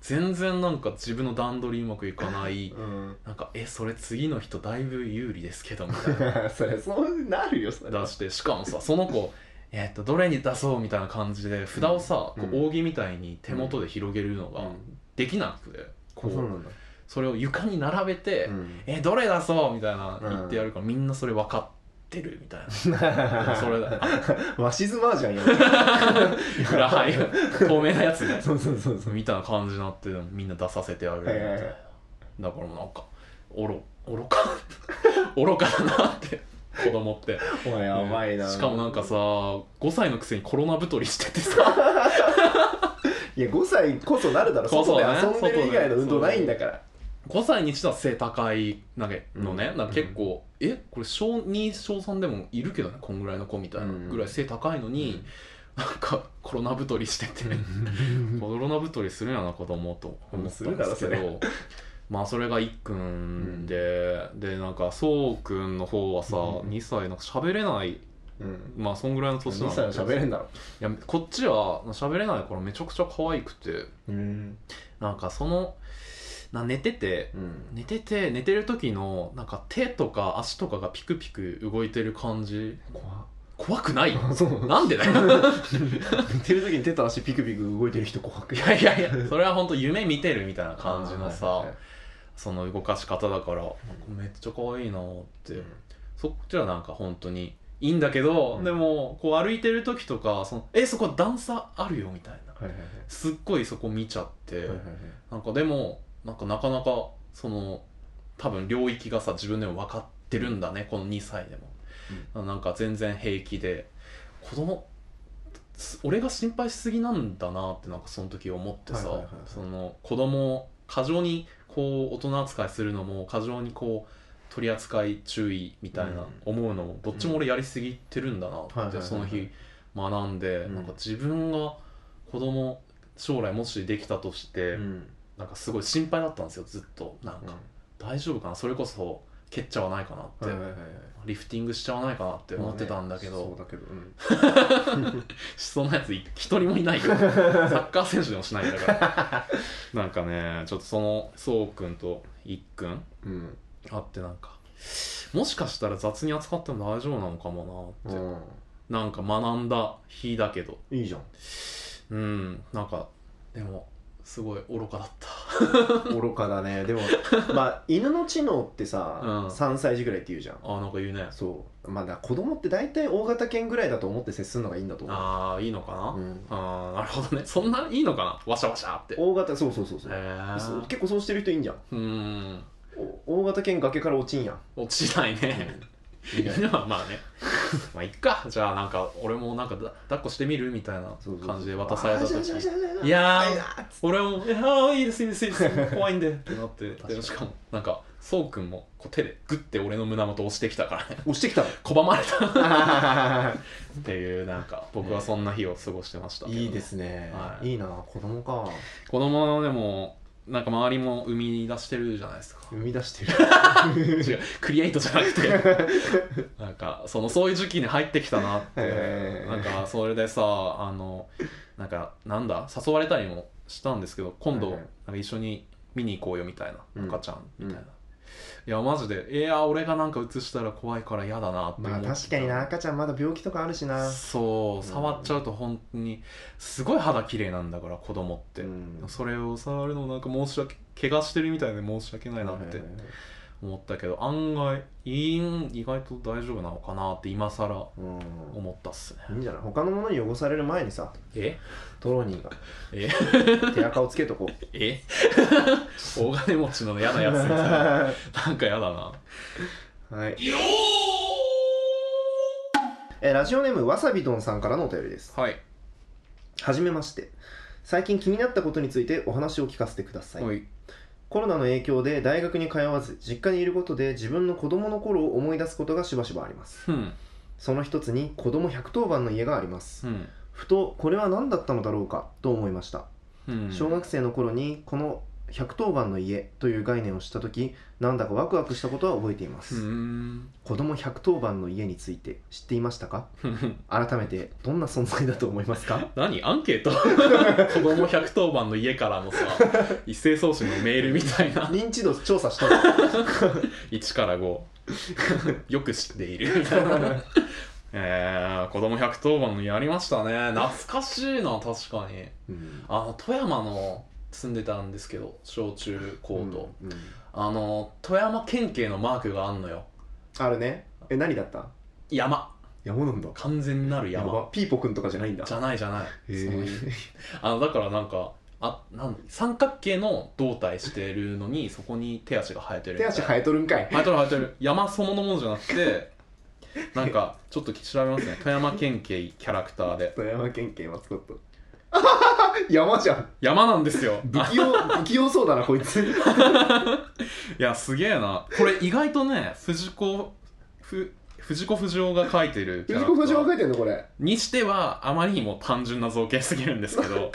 [SPEAKER 1] 全然なんか自分の段取りうまくいかない
[SPEAKER 2] うん、
[SPEAKER 1] なんかえそれ次の人だいぶ有利ですけどみたい
[SPEAKER 2] それそうなるよそれ (laughs)
[SPEAKER 1] な出してしかもさその子えっとどれに出そうみたいな感じで札をさ、
[SPEAKER 2] うん
[SPEAKER 1] こう扇みたいに手元で広げるの
[SPEAKER 2] う
[SPEAKER 1] が
[SPEAKER 2] ん
[SPEAKER 1] できなくて、こ
[SPEAKER 2] そう
[SPEAKER 1] う
[SPEAKER 2] なんだ、
[SPEAKER 1] それを床に並べて「
[SPEAKER 2] うん、
[SPEAKER 1] えどれ出そう?」みたいな
[SPEAKER 2] うん
[SPEAKER 1] 言ってやるから、みんなそれ分かってるみたいな
[SPEAKER 2] それ
[SPEAKER 1] だ
[SPEAKER 2] (laughs) わしずマージャンや
[SPEAKER 1] (laughs) 裏入る透明なやつで
[SPEAKER 2] (laughs) そうそうそうそう
[SPEAKER 1] みたいな感じになってみんな出させてあげるみたいな、
[SPEAKER 2] はいはいはい
[SPEAKER 1] だからもうなんかおろ愚か愚かだなって子供って (laughs)
[SPEAKER 2] お前やばいな、
[SPEAKER 1] しかもなんかさ5歳のくせにコロナ太りしててさ (laughs)
[SPEAKER 2] いや5歳こそなるだろ
[SPEAKER 1] そうそう
[SPEAKER 2] 外で
[SPEAKER 1] ね
[SPEAKER 2] 遊んでる以外の運動ないんだから
[SPEAKER 1] 5歳にしては背高いなんかのね、
[SPEAKER 2] うん
[SPEAKER 1] なんか結構、えこれ小2小3でもいるけどねこんぐらいの子みたいな
[SPEAKER 2] うん
[SPEAKER 1] ぐらい背高いのに、なんかコロナ太りしてて、コロナ太りするんやな子供と思ったんです
[SPEAKER 2] うんする
[SPEAKER 1] け
[SPEAKER 2] だ
[SPEAKER 1] どまあそれがいっくんで、でなんかそうくんの方はさ、
[SPEAKER 2] うん
[SPEAKER 1] 2歳なんか喋れない
[SPEAKER 2] うん
[SPEAKER 1] まあそんぐらいの年な
[SPEAKER 2] 2
[SPEAKER 1] んだ
[SPEAKER 2] 歳は
[SPEAKER 1] けど
[SPEAKER 2] 喋れんだろ
[SPEAKER 1] いやこっちは喋れないからめちゃくちゃ可愛くて
[SPEAKER 2] うん
[SPEAKER 1] なんかそのな寝てて
[SPEAKER 2] うん
[SPEAKER 1] 寝てて寝てる時のなんか手とか足とかがピクピク動いてる感じ
[SPEAKER 2] 怖
[SPEAKER 1] 怖くない
[SPEAKER 2] っ (laughs) そう
[SPEAKER 1] なんでだよ
[SPEAKER 2] 寝てる時に手と足ピクピク動いてる人怖く
[SPEAKER 1] い
[SPEAKER 2] ない
[SPEAKER 1] やいやいやそれは本当夢見てるみたいな感じのさ、
[SPEAKER 2] はいはい
[SPEAKER 1] その動かし方だからめっちゃ可愛いなって、
[SPEAKER 2] うん
[SPEAKER 1] そっちはなんか本当にいいんだけど、
[SPEAKER 2] うん
[SPEAKER 1] でもこう歩いてる時とかそのえそこ段差あるよみたいな
[SPEAKER 2] はいはい
[SPEAKER 1] すっごいそこ見ちゃって、
[SPEAKER 2] はいはいはい
[SPEAKER 1] なんかでもなんかなかなかその多分領域がさ自分でも分かってるんだねこの2歳でも、なんか全然平気で子供す俺が心配しすぎなんだなってなんかその時思ってさ、
[SPEAKER 2] はいはいはいはい
[SPEAKER 1] その子供を過剰にこう大人扱いするのも過剰にこう取り扱い注意みたいな
[SPEAKER 2] うん
[SPEAKER 1] 思うのもどっちも俺やりすぎてるんだな
[SPEAKER 2] はい
[SPEAKER 1] っ
[SPEAKER 2] はい
[SPEAKER 1] て
[SPEAKER 2] はい
[SPEAKER 1] その日学んで、
[SPEAKER 2] うん
[SPEAKER 1] なんか自分が子供将来もしできたとして、
[SPEAKER 2] うん
[SPEAKER 1] なんかすごい心配だったんですよずっとなんか、大丈夫かなそれこそ蹴っちゃわないかなって、
[SPEAKER 2] はいはいはいはい
[SPEAKER 1] リフティングしちゃわないかなって思ってたんだけど、
[SPEAKER 2] そうだけどうん
[SPEAKER 1] しそうなやつい一人もいないよサッカー選手でもしないんだから (laughs) なんかねちょっとそのそうくんといっくん
[SPEAKER 2] (laughs) うん
[SPEAKER 1] あってなんかもしかしたら雑に扱っても大丈夫なのかもなって、
[SPEAKER 2] うん
[SPEAKER 1] なんか学んだ日だけど
[SPEAKER 2] いいじゃん
[SPEAKER 1] うんなんかでもすごい愚かだ (laughs) った
[SPEAKER 2] 愚かだねでもまあ犬の知能ってさ、
[SPEAKER 1] うん
[SPEAKER 2] 3歳児ぐらいって言うじゃん
[SPEAKER 1] あなんか言うね
[SPEAKER 2] そうまあだから子供って大体大型犬ぐらいだと思って接するのがいいんだと思う
[SPEAKER 1] ああいいのかな、
[SPEAKER 2] うん
[SPEAKER 1] ああなるほどねそんないいのかなわしゃわしゃってへ
[SPEAKER 2] 大型そうそうそうそう、そう
[SPEAKER 1] え
[SPEAKER 2] 結構そうしてる人いいんじゃん
[SPEAKER 1] うん
[SPEAKER 2] お大型犬崖から落ちんやん、
[SPEAKER 1] 落ちないね
[SPEAKER 2] いない
[SPEAKER 1] (laughs) 犬はまあねまあいっかじゃあなんか俺もなんかだ抱っこしてみるみたいな
[SPEAKER 2] そうそうそう
[SPEAKER 1] 感じで渡された
[SPEAKER 2] あー
[SPEAKER 1] 時
[SPEAKER 2] じゃあじゃあじゃあじゃあ
[SPEAKER 1] いやー
[SPEAKER 2] あいやー
[SPEAKER 1] 俺も「いやーいいですいいですいいです怖いんで」ってなって
[SPEAKER 2] 確かに
[SPEAKER 1] でしかもなんかそうくんもこう手でグッて俺の胸元押してきたからね
[SPEAKER 2] 押し
[SPEAKER 1] (laughs)
[SPEAKER 2] てきたの
[SPEAKER 1] 拒まれたっていうなんか僕はそんな日を過ごしてましたけど
[SPEAKER 2] いいですね、
[SPEAKER 1] はい
[SPEAKER 2] い、いな子供か
[SPEAKER 1] 子供はでもなんか周りも生み出してるじゃないですか
[SPEAKER 2] 生み出して
[SPEAKER 1] (laughs)
[SPEAKER 2] る
[SPEAKER 1] 違うクリエイトじゃなく
[SPEAKER 2] (laughs)
[SPEAKER 1] てなんかそのそういう時期に入ってきたなって
[SPEAKER 2] へー
[SPEAKER 1] なんかそれでさあのなんかなんだ誘われたりもしたんですけど今度
[SPEAKER 2] はい
[SPEAKER 1] なん
[SPEAKER 2] はい
[SPEAKER 1] か一緒に見に行こうよみたいな
[SPEAKER 2] うん
[SPEAKER 1] 赤ちゃんみたいな、
[SPEAKER 2] うん
[SPEAKER 1] いやマジでいや俺がなんか映したら怖いから嫌だなって思
[SPEAKER 2] ま
[SPEAKER 1] っ
[SPEAKER 2] あ
[SPEAKER 1] て
[SPEAKER 2] 確かにな赤ちゃんまだ病気とかあるしな
[SPEAKER 1] そう
[SPEAKER 2] うん
[SPEAKER 1] 触っちゃうと本当にすごい肌綺麗なんだから子供って、
[SPEAKER 2] うん
[SPEAKER 1] それを触るのなんか申し訳怪我してるみたいで申し訳ないなって思ったけど案外いいん意外と大丈夫なのかなって今更
[SPEAKER 2] うん
[SPEAKER 1] 思ったっすね
[SPEAKER 2] いいんじゃない他のものに汚される前にさ
[SPEAKER 1] え
[SPEAKER 2] トロニーが
[SPEAKER 1] え
[SPEAKER 2] 手垢をつけとこう
[SPEAKER 1] え (laughs) 大金持ちの嫌なやつみたいな
[SPEAKER 2] (laughs) は
[SPEAKER 1] なんか嫌だない
[SPEAKER 2] えラジオネームわさびどんさんからのお便りです
[SPEAKER 1] はい
[SPEAKER 2] はじめまして最近気になったことについてお話を聞かせてください、
[SPEAKER 1] はい
[SPEAKER 2] コロナの影響で大学に通わず実家にいることで自分の子供の頃を思い出すことがしばしばあります
[SPEAKER 1] ふん
[SPEAKER 2] その一つに子供110番の家があります
[SPEAKER 1] ふん
[SPEAKER 2] ふとこれは何だったのだろうかと思いました
[SPEAKER 1] ふん
[SPEAKER 2] 小学生の頃にこの110番の家という概念を知った時なんだかワクワクしたことは覚えていま
[SPEAKER 1] う
[SPEAKER 2] す、
[SPEAKER 1] ーん
[SPEAKER 2] 子供110番の家について知っていましたか
[SPEAKER 1] ふんふん
[SPEAKER 2] 改めてどんな存在だと思いますか
[SPEAKER 1] 何アンケート子供110番の家からのさ一斉送信のメールみたいな
[SPEAKER 2] (laughs) 認知度調査したの
[SPEAKER 1] 1から5
[SPEAKER 2] (laughs)
[SPEAKER 1] よく知っているみたいなえー、子供110番の家ありましたね懐かしいな確かに
[SPEAKER 2] うん
[SPEAKER 1] あの富山の住んでたんですけど小中高と、
[SPEAKER 2] うんうん
[SPEAKER 1] あの富山県警のマークがあんのよ
[SPEAKER 2] あるねえ何だった
[SPEAKER 1] 山
[SPEAKER 2] 山なんだ
[SPEAKER 1] 完全なる
[SPEAKER 2] や
[SPEAKER 1] 山
[SPEAKER 2] ばピーポくんとかじゃないんだ
[SPEAKER 1] じゃないじゃない
[SPEAKER 2] へ
[SPEAKER 1] その
[SPEAKER 2] ー
[SPEAKER 1] あのだからなんかあなん三角形の胴体してるのにそこに手足が生えてるみ
[SPEAKER 2] (laughs) 手
[SPEAKER 1] たいな
[SPEAKER 2] 足生えとるんかい
[SPEAKER 1] 生えてる生えてる山そのものじゃなくてなんかちょっと調べますね富山県警キャラクターで
[SPEAKER 2] 富山県警マスコット (laughs) 山じゃん
[SPEAKER 1] 山なんですよ
[SPEAKER 2] 不器用 (laughs) 不器用そうだなこい (laughs) つ
[SPEAKER 1] いやすげえなこれ意外とね藤子ふ藤子不二雄が描いてるキャ
[SPEAKER 2] 藤
[SPEAKER 1] ラ
[SPEAKER 2] 子不
[SPEAKER 1] ク
[SPEAKER 2] 二
[SPEAKER 1] タ
[SPEAKER 2] 雄が
[SPEAKER 1] ー
[SPEAKER 2] 書いてんのこれ
[SPEAKER 1] にしてはあまりにも単純な造形すぎるんですけど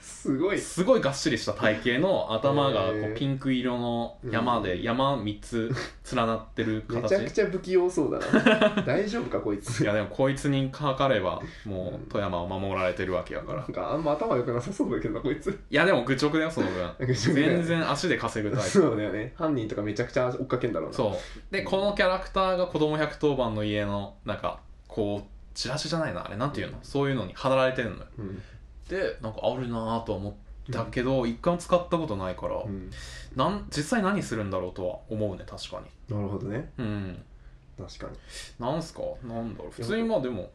[SPEAKER 2] すごい
[SPEAKER 1] すごいがっしりした体型の頭がこ
[SPEAKER 2] へ
[SPEAKER 1] う
[SPEAKER 2] ー
[SPEAKER 1] ピンク色の山
[SPEAKER 2] う
[SPEAKER 1] で
[SPEAKER 2] ん
[SPEAKER 1] 山3つ連なってる
[SPEAKER 2] めちゃく
[SPEAKER 1] 形
[SPEAKER 2] ちゃ不器用そうだな (laughs) 大丈夫かこい
[SPEAKER 1] い
[SPEAKER 2] つ
[SPEAKER 1] やでもこいつにかかればも
[SPEAKER 2] うん
[SPEAKER 1] う富山を守られてるわけやか
[SPEAKER 2] な
[SPEAKER 1] ら
[SPEAKER 2] んかあんま頭良くなさそうだけどなこいつ
[SPEAKER 1] いやでも愚直だよその分
[SPEAKER 2] (laughs) 愚直だよ
[SPEAKER 1] 全然足で稼ぐタイプ
[SPEAKER 2] (laughs) そうだよね犯人とかめちゃくちゃ追っかけんだろうな
[SPEAKER 1] そうでこのキャラクターが子供百1番の家のなんかこうチラシじゃないなあれなんていうのそういうのに貼られてるのよ
[SPEAKER 2] うん、
[SPEAKER 1] でなんかあるなぁとは思ったけど一回も使ったことないから
[SPEAKER 2] うん
[SPEAKER 1] なん実際何するんだろうとは思うね確かに
[SPEAKER 2] なるほどね
[SPEAKER 1] うん
[SPEAKER 2] 確かに
[SPEAKER 1] なんすかなんだろう普通にまあでも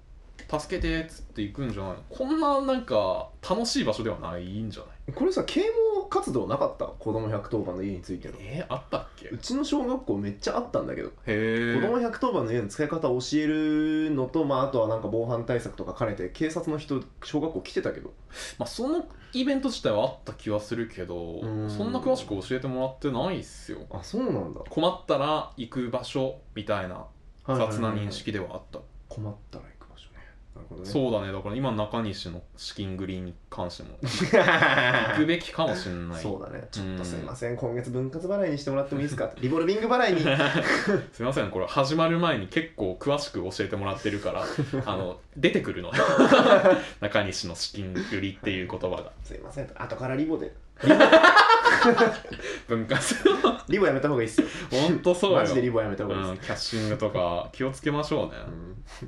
[SPEAKER 1] 助けてっつって行くんじゃないのこんななんか楽しい場所ではないんじゃない
[SPEAKER 2] これさ啓蒙活動なかった子供110番の家についての
[SPEAKER 1] えー、あったっけ
[SPEAKER 2] うちの小学校めっちゃあったんだけど
[SPEAKER 1] へ
[SPEAKER 2] 子供
[SPEAKER 1] え
[SPEAKER 2] 110番の家の使い方を教えるのと、まあ、あとはなんか防犯対策とか兼ねて警察の人小学校来てたけど
[SPEAKER 1] まあそのイベント自体はあった気はするけど
[SPEAKER 2] うん
[SPEAKER 1] そんな詳しく教えてもらってないっすよ
[SPEAKER 2] あそうなんだ
[SPEAKER 1] 困ったら行く場所みたいな雑な認識ではあった、
[SPEAKER 2] 困ったら行く場所ねなるほど (laughs) ね
[SPEAKER 1] そうだねだから今中西の資金繰りに関しても
[SPEAKER 2] (laughs)
[SPEAKER 1] 行く
[SPEAKER 2] う
[SPEAKER 1] べきかもしれない
[SPEAKER 2] そうだねちょっとすいません今月分割払いにしてもらってもいいですかってリボルビング払
[SPEAKER 1] (laughs)
[SPEAKER 2] いに
[SPEAKER 1] すいませんこれ始まる前に結構詳しく教えてもらってるから
[SPEAKER 2] (laughs)
[SPEAKER 1] あの出てくるの中西の資金繰りっていう言葉が
[SPEAKER 2] すいません後からリボで
[SPEAKER 1] 分割
[SPEAKER 2] (laughs) リボやめた方がいいっすよ
[SPEAKER 1] ほんとそうよ
[SPEAKER 2] マジでリボやめた方がいいっす
[SPEAKER 1] うん、キャッシングとか気をつけましょうね、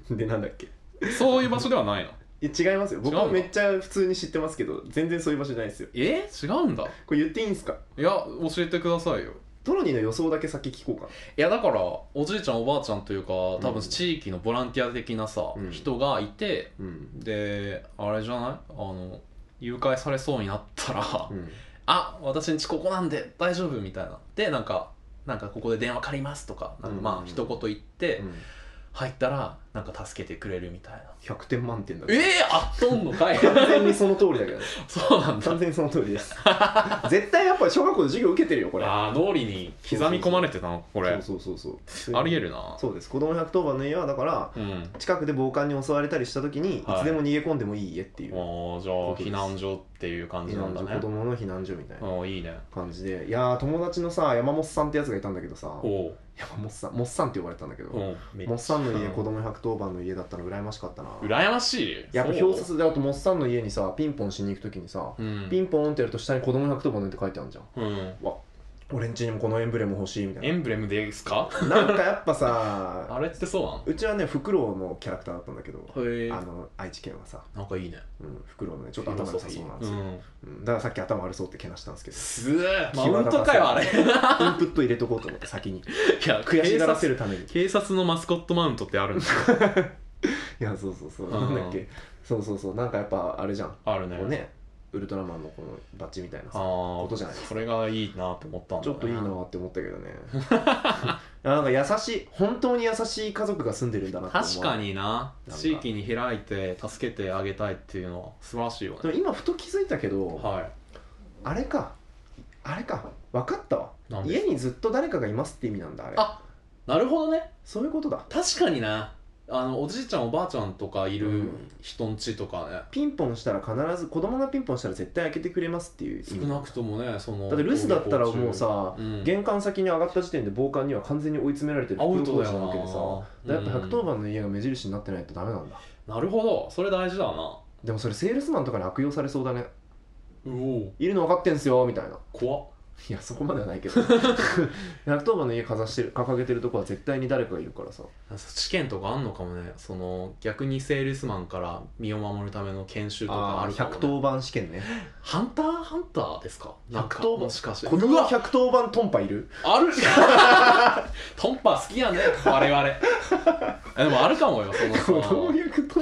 [SPEAKER 2] うんでなんだっけ
[SPEAKER 1] そういう場所ではないの
[SPEAKER 2] いや違いますよ僕
[SPEAKER 1] 違う
[SPEAKER 2] は
[SPEAKER 1] の
[SPEAKER 2] めっちゃ普通に知ってますけど全然そういう場所じゃないですよ
[SPEAKER 1] え違うんだ
[SPEAKER 2] これ言っていいんすか
[SPEAKER 1] いや教えてくださいよ
[SPEAKER 2] トロニーの予想だけ先聞こうか
[SPEAKER 1] いやだからおじいちゃんおばあちゃんというか多
[SPEAKER 2] う
[SPEAKER 1] 分
[SPEAKER 2] ん
[SPEAKER 1] 地域のボランティア的なさ、
[SPEAKER 2] うん
[SPEAKER 1] 人がいて
[SPEAKER 2] なうん
[SPEAKER 1] であれじゃないあの誘拐されそうになったらあ私んちここなんで大丈夫みたいなでなんかなんかここで電話借りますとかなんかま
[SPEAKER 2] う
[SPEAKER 1] あ
[SPEAKER 2] ん
[SPEAKER 1] 一言言って、
[SPEAKER 2] うん
[SPEAKER 1] 入ったらなんか助けてくれるみたいな
[SPEAKER 2] 100点満点だ
[SPEAKER 1] ええあっとんのかい
[SPEAKER 2] 完全にその通りだけど
[SPEAKER 1] (laughs) そうなんだ
[SPEAKER 2] 完全にその通りです (laughs) 絶対やっぱり小学校の授業受けてるよこれ
[SPEAKER 1] ああ脳裏に刻み込まれてたのこれ
[SPEAKER 2] そうそうそうそう
[SPEAKER 1] ありえるな
[SPEAKER 2] そうです子供1 1 0番の家はだから
[SPEAKER 1] うん
[SPEAKER 2] 近くで暴漢に襲われたりした時にい
[SPEAKER 1] はい
[SPEAKER 2] つでも逃げ込んでもいい家っていう、
[SPEAKER 1] もうじゃあ避難所っていう感じ
[SPEAKER 2] 避
[SPEAKER 1] なん
[SPEAKER 2] 難
[SPEAKER 1] だ
[SPEAKER 2] 所
[SPEAKER 1] ね
[SPEAKER 2] 子供の避難所みたいな
[SPEAKER 1] うんいいね
[SPEAKER 2] 感じでいやー友達のさ山本さんってやつがいたんだけどさ
[SPEAKER 1] おう
[SPEAKER 2] 山本さんモッさんって呼ばれてたんだけど、
[SPEAKER 1] うんめっ
[SPEAKER 2] モッさんの家
[SPEAKER 1] うん
[SPEAKER 2] 子供110番の家だったら羨ましかったな
[SPEAKER 1] (laughs) 羨ましい
[SPEAKER 2] やっぱ
[SPEAKER 1] そう
[SPEAKER 2] 表札であとモッさんの家にさピンポンしに行く時にさ、
[SPEAKER 1] うん
[SPEAKER 2] ピンポンってやると下に子供110番のって書いてあるじゃん
[SPEAKER 1] うん
[SPEAKER 2] 俺んちにもこのエンブレム欲しいみたいな
[SPEAKER 1] エンブレムですか
[SPEAKER 2] なんかやっぱさ
[SPEAKER 1] あれってそうなの
[SPEAKER 2] うちはねフクロウのキャラクターだったんだけど
[SPEAKER 1] へえ
[SPEAKER 2] あの愛知県はさ、
[SPEAKER 1] なんかいいね
[SPEAKER 2] うん、フクロウのねちょっと頭良さそうなんですよ、
[SPEAKER 1] ん
[SPEAKER 2] うんだからさっき頭悪そうってけなしたんですけど
[SPEAKER 1] すーマウントかよあれい
[SPEAKER 2] インプット入れとこうと思って先に
[SPEAKER 1] や
[SPEAKER 2] 悔しがらせ
[SPEAKER 1] る
[SPEAKER 2] るた (laughs) めにい
[SPEAKER 1] 警察のマスコットマウントってあるんだ
[SPEAKER 2] やそうそうそううん (laughs) なんだっけそうそうそうなんかやっぱあれじゃん
[SPEAKER 1] あるね
[SPEAKER 2] こうねウルトラマンのこのバッジみたいな
[SPEAKER 1] あ
[SPEAKER 2] さ
[SPEAKER 1] あ
[SPEAKER 2] ことじゃないですか
[SPEAKER 1] それがいいなと思ったんだ
[SPEAKER 2] ちょ
[SPEAKER 1] ね
[SPEAKER 2] っといいなって思ったけどね (laughs) なんか優しい本当に優しい家族が住んでるんだなって思う
[SPEAKER 1] 確かにな
[SPEAKER 2] なんか
[SPEAKER 1] 地域に開いて助けてあげたいっていうのは素晴らしいよ
[SPEAKER 2] で
[SPEAKER 1] ね
[SPEAKER 2] も今ふと気づいたけど、
[SPEAKER 1] は
[SPEAKER 2] あれかあれか分かったわ
[SPEAKER 1] いなんで
[SPEAKER 2] 家にずっと誰かがいますって意味なんだあれ
[SPEAKER 1] あなるほどね
[SPEAKER 2] そういうことだ
[SPEAKER 1] 確かになあのおじいちゃんおばあちゃんとかいうる
[SPEAKER 2] ん
[SPEAKER 1] 人んちとかね、
[SPEAKER 2] ピンポンしたら必ず子供がピンポンしたら絶対開けてくれますっていう意味
[SPEAKER 1] 少なくともねその
[SPEAKER 2] だって留守だったらもう、さ、
[SPEAKER 1] うん、
[SPEAKER 2] 玄関先に上がった時点で暴漢には完全に追い詰められてる
[SPEAKER 1] アウ
[SPEAKER 2] 袋
[SPEAKER 1] ト
[SPEAKER 2] 小
[SPEAKER 1] だよ
[SPEAKER 2] 路な
[SPEAKER 1] な
[SPEAKER 2] わけでさだからやっぱ110
[SPEAKER 1] 番、
[SPEAKER 2] 番の家が目印になってないとダメなんだ
[SPEAKER 1] なるほどそれ大事だな
[SPEAKER 2] でもそれセールスマンとかに悪用されそうだね
[SPEAKER 1] うお
[SPEAKER 2] いるの分かってんすよみたいな
[SPEAKER 1] 怖っ
[SPEAKER 2] いやそこまではないけど (laughs) 110番の家かざしてる掲げてるとこは絶対に誰かがいるからさ
[SPEAKER 1] 試験とかあんのかもねその逆にセールスマンから身を守るための研修とかあるかも、ね、
[SPEAKER 2] 110番試験ね
[SPEAKER 1] ハンターハンターですかなんか
[SPEAKER 2] 110
[SPEAKER 1] もしかして
[SPEAKER 2] 子
[SPEAKER 1] う
[SPEAKER 2] 供
[SPEAKER 1] わ
[SPEAKER 2] 110番トンパいる
[SPEAKER 1] あるトンパ好きやね我
[SPEAKER 2] (laughs)
[SPEAKER 1] 々えでもあるかもよその
[SPEAKER 2] (laughs) 子
[SPEAKER 1] さ
[SPEAKER 2] 供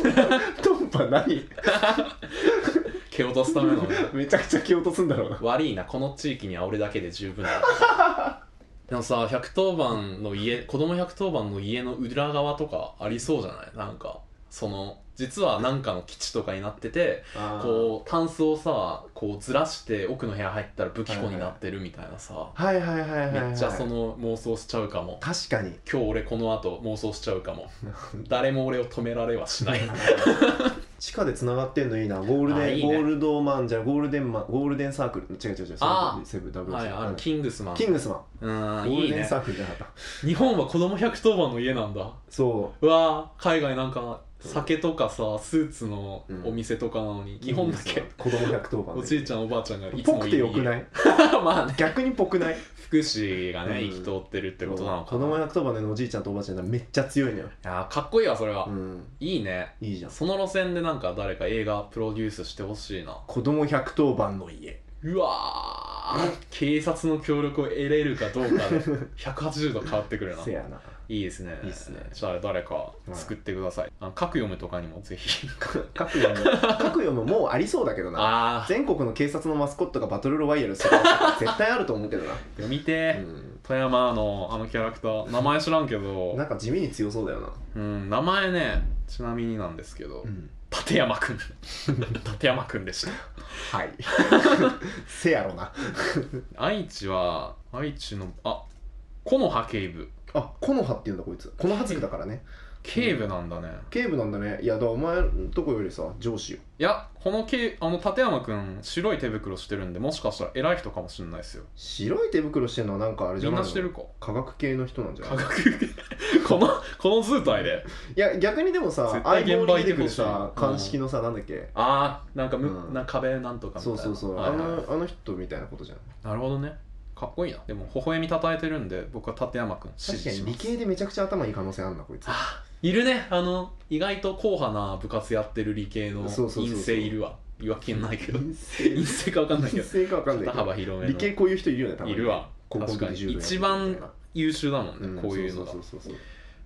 [SPEAKER 2] 110番トンパ何
[SPEAKER 1] (laughs) 蹴落とすためのね
[SPEAKER 2] めちゃくちゃ蹴落とすんだろうな
[SPEAKER 1] 悪いなこの地域には俺だけで十分だ
[SPEAKER 2] (laughs)
[SPEAKER 1] でもさ110番の家子供110番の家の裏側とかありそうじゃないなんかその実はなんかの基地とかになっててこうタンスをさこうずらして奥の部屋入ったら武器庫になってるみたいなさ、
[SPEAKER 2] うはいはいはいはい、はい、
[SPEAKER 1] めっちゃその妄想しちゃうかも
[SPEAKER 2] 確かに
[SPEAKER 1] 今日俺この後妄想しちゃうか
[SPEAKER 2] (laughs)
[SPEAKER 1] も誰も俺を止められはしない
[SPEAKER 2] 地下でつながってんのいいなゴールデン
[SPEAKER 1] あいい
[SPEAKER 2] ゴ
[SPEAKER 1] ね
[SPEAKER 2] ールドマンじゃゴールデンマンゴールデンサークル違う違う違う
[SPEAKER 1] あー
[SPEAKER 2] セブンダブル
[SPEAKER 1] はいあの
[SPEAKER 2] キ
[SPEAKER 1] キングスマン
[SPEAKER 2] ングスマ
[SPEAKER 1] う
[SPEAKER 2] ン
[SPEAKER 1] ん
[SPEAKER 2] ゴー
[SPEAKER 1] い
[SPEAKER 2] ル
[SPEAKER 1] い
[SPEAKER 2] デン
[SPEAKER 1] ね
[SPEAKER 2] サークルじゃなかった
[SPEAKER 1] 日本は子供110番の家なんだ
[SPEAKER 2] そう
[SPEAKER 1] わー海外なんか酒とかさスーツのお店とかなのに、
[SPEAKER 2] う
[SPEAKER 1] 日本だけ
[SPEAKER 2] 子供110番
[SPEAKER 1] おじいちゃんおばあちゃんがいつ
[SPEAKER 2] ぽ
[SPEAKER 1] も
[SPEAKER 2] くてよくないい
[SPEAKER 1] まあね
[SPEAKER 2] 逆にぽくない
[SPEAKER 1] 福祉がね
[SPEAKER 2] うん
[SPEAKER 1] 生き通ってるってことなのか
[SPEAKER 2] 子
[SPEAKER 1] な、
[SPEAKER 2] 供
[SPEAKER 1] い
[SPEAKER 2] 110番のおじいちゃんとおばあちゃんがめっちゃ強いのよ
[SPEAKER 1] やーかっこいいわそれは、
[SPEAKER 2] うん
[SPEAKER 1] いいね
[SPEAKER 2] いいじゃん
[SPEAKER 1] その路線でなんか誰か映画プロデュースしてほしいな
[SPEAKER 2] 子供110番の家
[SPEAKER 1] うわー警察の協力を得れるかどうか
[SPEAKER 2] (laughs)
[SPEAKER 1] で180度変わってくるな
[SPEAKER 2] せやない
[SPEAKER 1] いですね
[SPEAKER 2] いいっすね
[SPEAKER 1] じゃあ誰か
[SPEAKER 2] い
[SPEAKER 1] 作ってください、あの各読むとかにもぜひ
[SPEAKER 2] 各読む各読むもう (laughs) ありそうだけどな
[SPEAKER 1] あ
[SPEAKER 2] 全国の警察のマスコットがバトルロワイヤルする絶対あると思うけどな、
[SPEAKER 1] あ (laughs) 読みてー、
[SPEAKER 2] う
[SPEAKER 1] 富山のあのキャラクター名前知らんけ
[SPEAKER 2] ん、
[SPEAKER 1] ど
[SPEAKER 2] な、んか地味に強そうだよな、
[SPEAKER 1] うん、名前ねちなみになんですけど、立山くん (laughs) 立山くんでした
[SPEAKER 2] はい (laughs) せやろな
[SPEAKER 1] 愛知は愛知のあ木の葉警部
[SPEAKER 2] あ木の葉っていうんだこいつ木の葉族だからね
[SPEAKER 1] 警部なんだね、
[SPEAKER 2] 警部なんだねいやだからお前のとこよりさ上司よ
[SPEAKER 1] いやこのけあの立山くん白い手袋してるんでもしかしたら偉い人かもしれないですよ
[SPEAKER 2] 白い手袋してるのはなんかあれじ
[SPEAKER 1] み
[SPEAKER 2] ゃ
[SPEAKER 1] ん
[SPEAKER 2] ない
[SPEAKER 1] な
[SPEAKER 2] の
[SPEAKER 1] してるか
[SPEAKER 2] 科学系の人なんじゃ
[SPEAKER 1] 科
[SPEAKER 2] ない
[SPEAKER 1] 学 (laughs) このこの図体で
[SPEAKER 2] いや逆にでもさ
[SPEAKER 1] 絶対
[SPEAKER 2] 相
[SPEAKER 1] 現場行
[SPEAKER 2] 棒に出
[SPEAKER 1] ってて
[SPEAKER 2] く
[SPEAKER 1] ほ
[SPEAKER 2] る
[SPEAKER 1] しい
[SPEAKER 2] さ鑑識のさなんだっけ
[SPEAKER 1] ああなんかむ、
[SPEAKER 2] うん
[SPEAKER 1] なんか壁なんとかみたい
[SPEAKER 2] そう
[SPEAKER 1] な
[SPEAKER 2] そうそう
[SPEAKER 1] はい
[SPEAKER 2] あ
[SPEAKER 1] はい
[SPEAKER 2] のあの人みたいなことじゃん
[SPEAKER 1] なるほどねかっこいいなでも微笑みたたえてるんで僕は立山くん支
[SPEAKER 2] 確か
[SPEAKER 1] 持し
[SPEAKER 2] に
[SPEAKER 1] ま
[SPEAKER 2] 理
[SPEAKER 1] す
[SPEAKER 2] 系でめちゃくちゃ頭いい可能性あんなこいつ
[SPEAKER 1] あいるねあの意外と硬派な部活やってる理系の
[SPEAKER 2] そうそうそうそう
[SPEAKER 1] 陰性いるわ言い訳ないけ
[SPEAKER 2] (laughs)
[SPEAKER 1] ど
[SPEAKER 2] 陰性
[SPEAKER 1] 陰性か分かんないけど
[SPEAKER 2] 陰性かわかんな
[SPEAKER 1] 肩
[SPEAKER 2] いけど
[SPEAKER 1] 幅広めの
[SPEAKER 2] 理系こういう人いるよね多分
[SPEAKER 1] いるわ
[SPEAKER 2] 高校の
[SPEAKER 1] 確か
[SPEAKER 2] 時
[SPEAKER 1] に
[SPEAKER 2] 柔道やって
[SPEAKER 1] 一
[SPEAKER 2] るみたいな
[SPEAKER 1] 番優秀だもんね、
[SPEAKER 2] ん
[SPEAKER 1] こういうのが
[SPEAKER 2] そうそうそうそう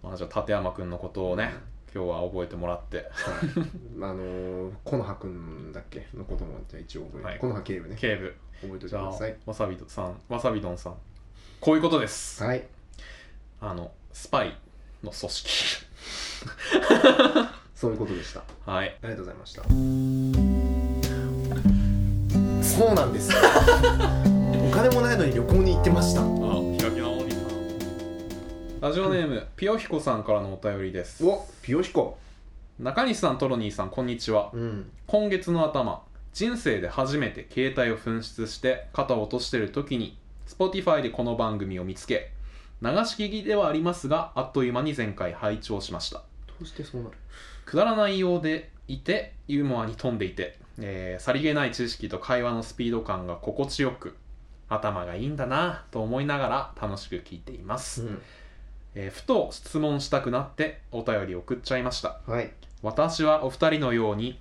[SPEAKER 1] まあ、じゃあ立山くんのことをね今日は覚えてもらって
[SPEAKER 2] あのー、木の葉くんだっけのこともじゃあ一応覚えて、
[SPEAKER 1] はい
[SPEAKER 2] 木の葉警部ね
[SPEAKER 1] 警部
[SPEAKER 2] 覚えておいてく
[SPEAKER 1] じゃ
[SPEAKER 2] だ
[SPEAKER 1] あ
[SPEAKER 2] さい
[SPEAKER 1] わさびどさんわさびどんさんこういうことです
[SPEAKER 2] はい
[SPEAKER 1] あのスパイの組織 (laughs)
[SPEAKER 2] そういうことでしたあ
[SPEAKER 1] はい
[SPEAKER 2] りがとうございましたそうなんです (laughs) お金もないのに旅行に行ってました
[SPEAKER 1] あ開き直りなラジオネームピヨヒコさんからのお便りです
[SPEAKER 2] おピヨヒコ
[SPEAKER 1] 中西さんトロニーさんこんにちは
[SPEAKER 2] うん
[SPEAKER 1] 今月の頭人生で初めて携帯を紛失して肩を落としてる時に Spotify でこの番組を見つけ流し聞きではありますがあっという間に前回拝聴しました
[SPEAKER 2] どうしてそうなる
[SPEAKER 1] くだらないようでいてユーモアに富んでいて、えーさりげない知識と会話のスピード感が心地よく頭がいいんだなぁと思いながら楽しく聞いています、えーふと質問したくなってお便り送っちゃいました
[SPEAKER 2] うんはい
[SPEAKER 1] 私はお二人のように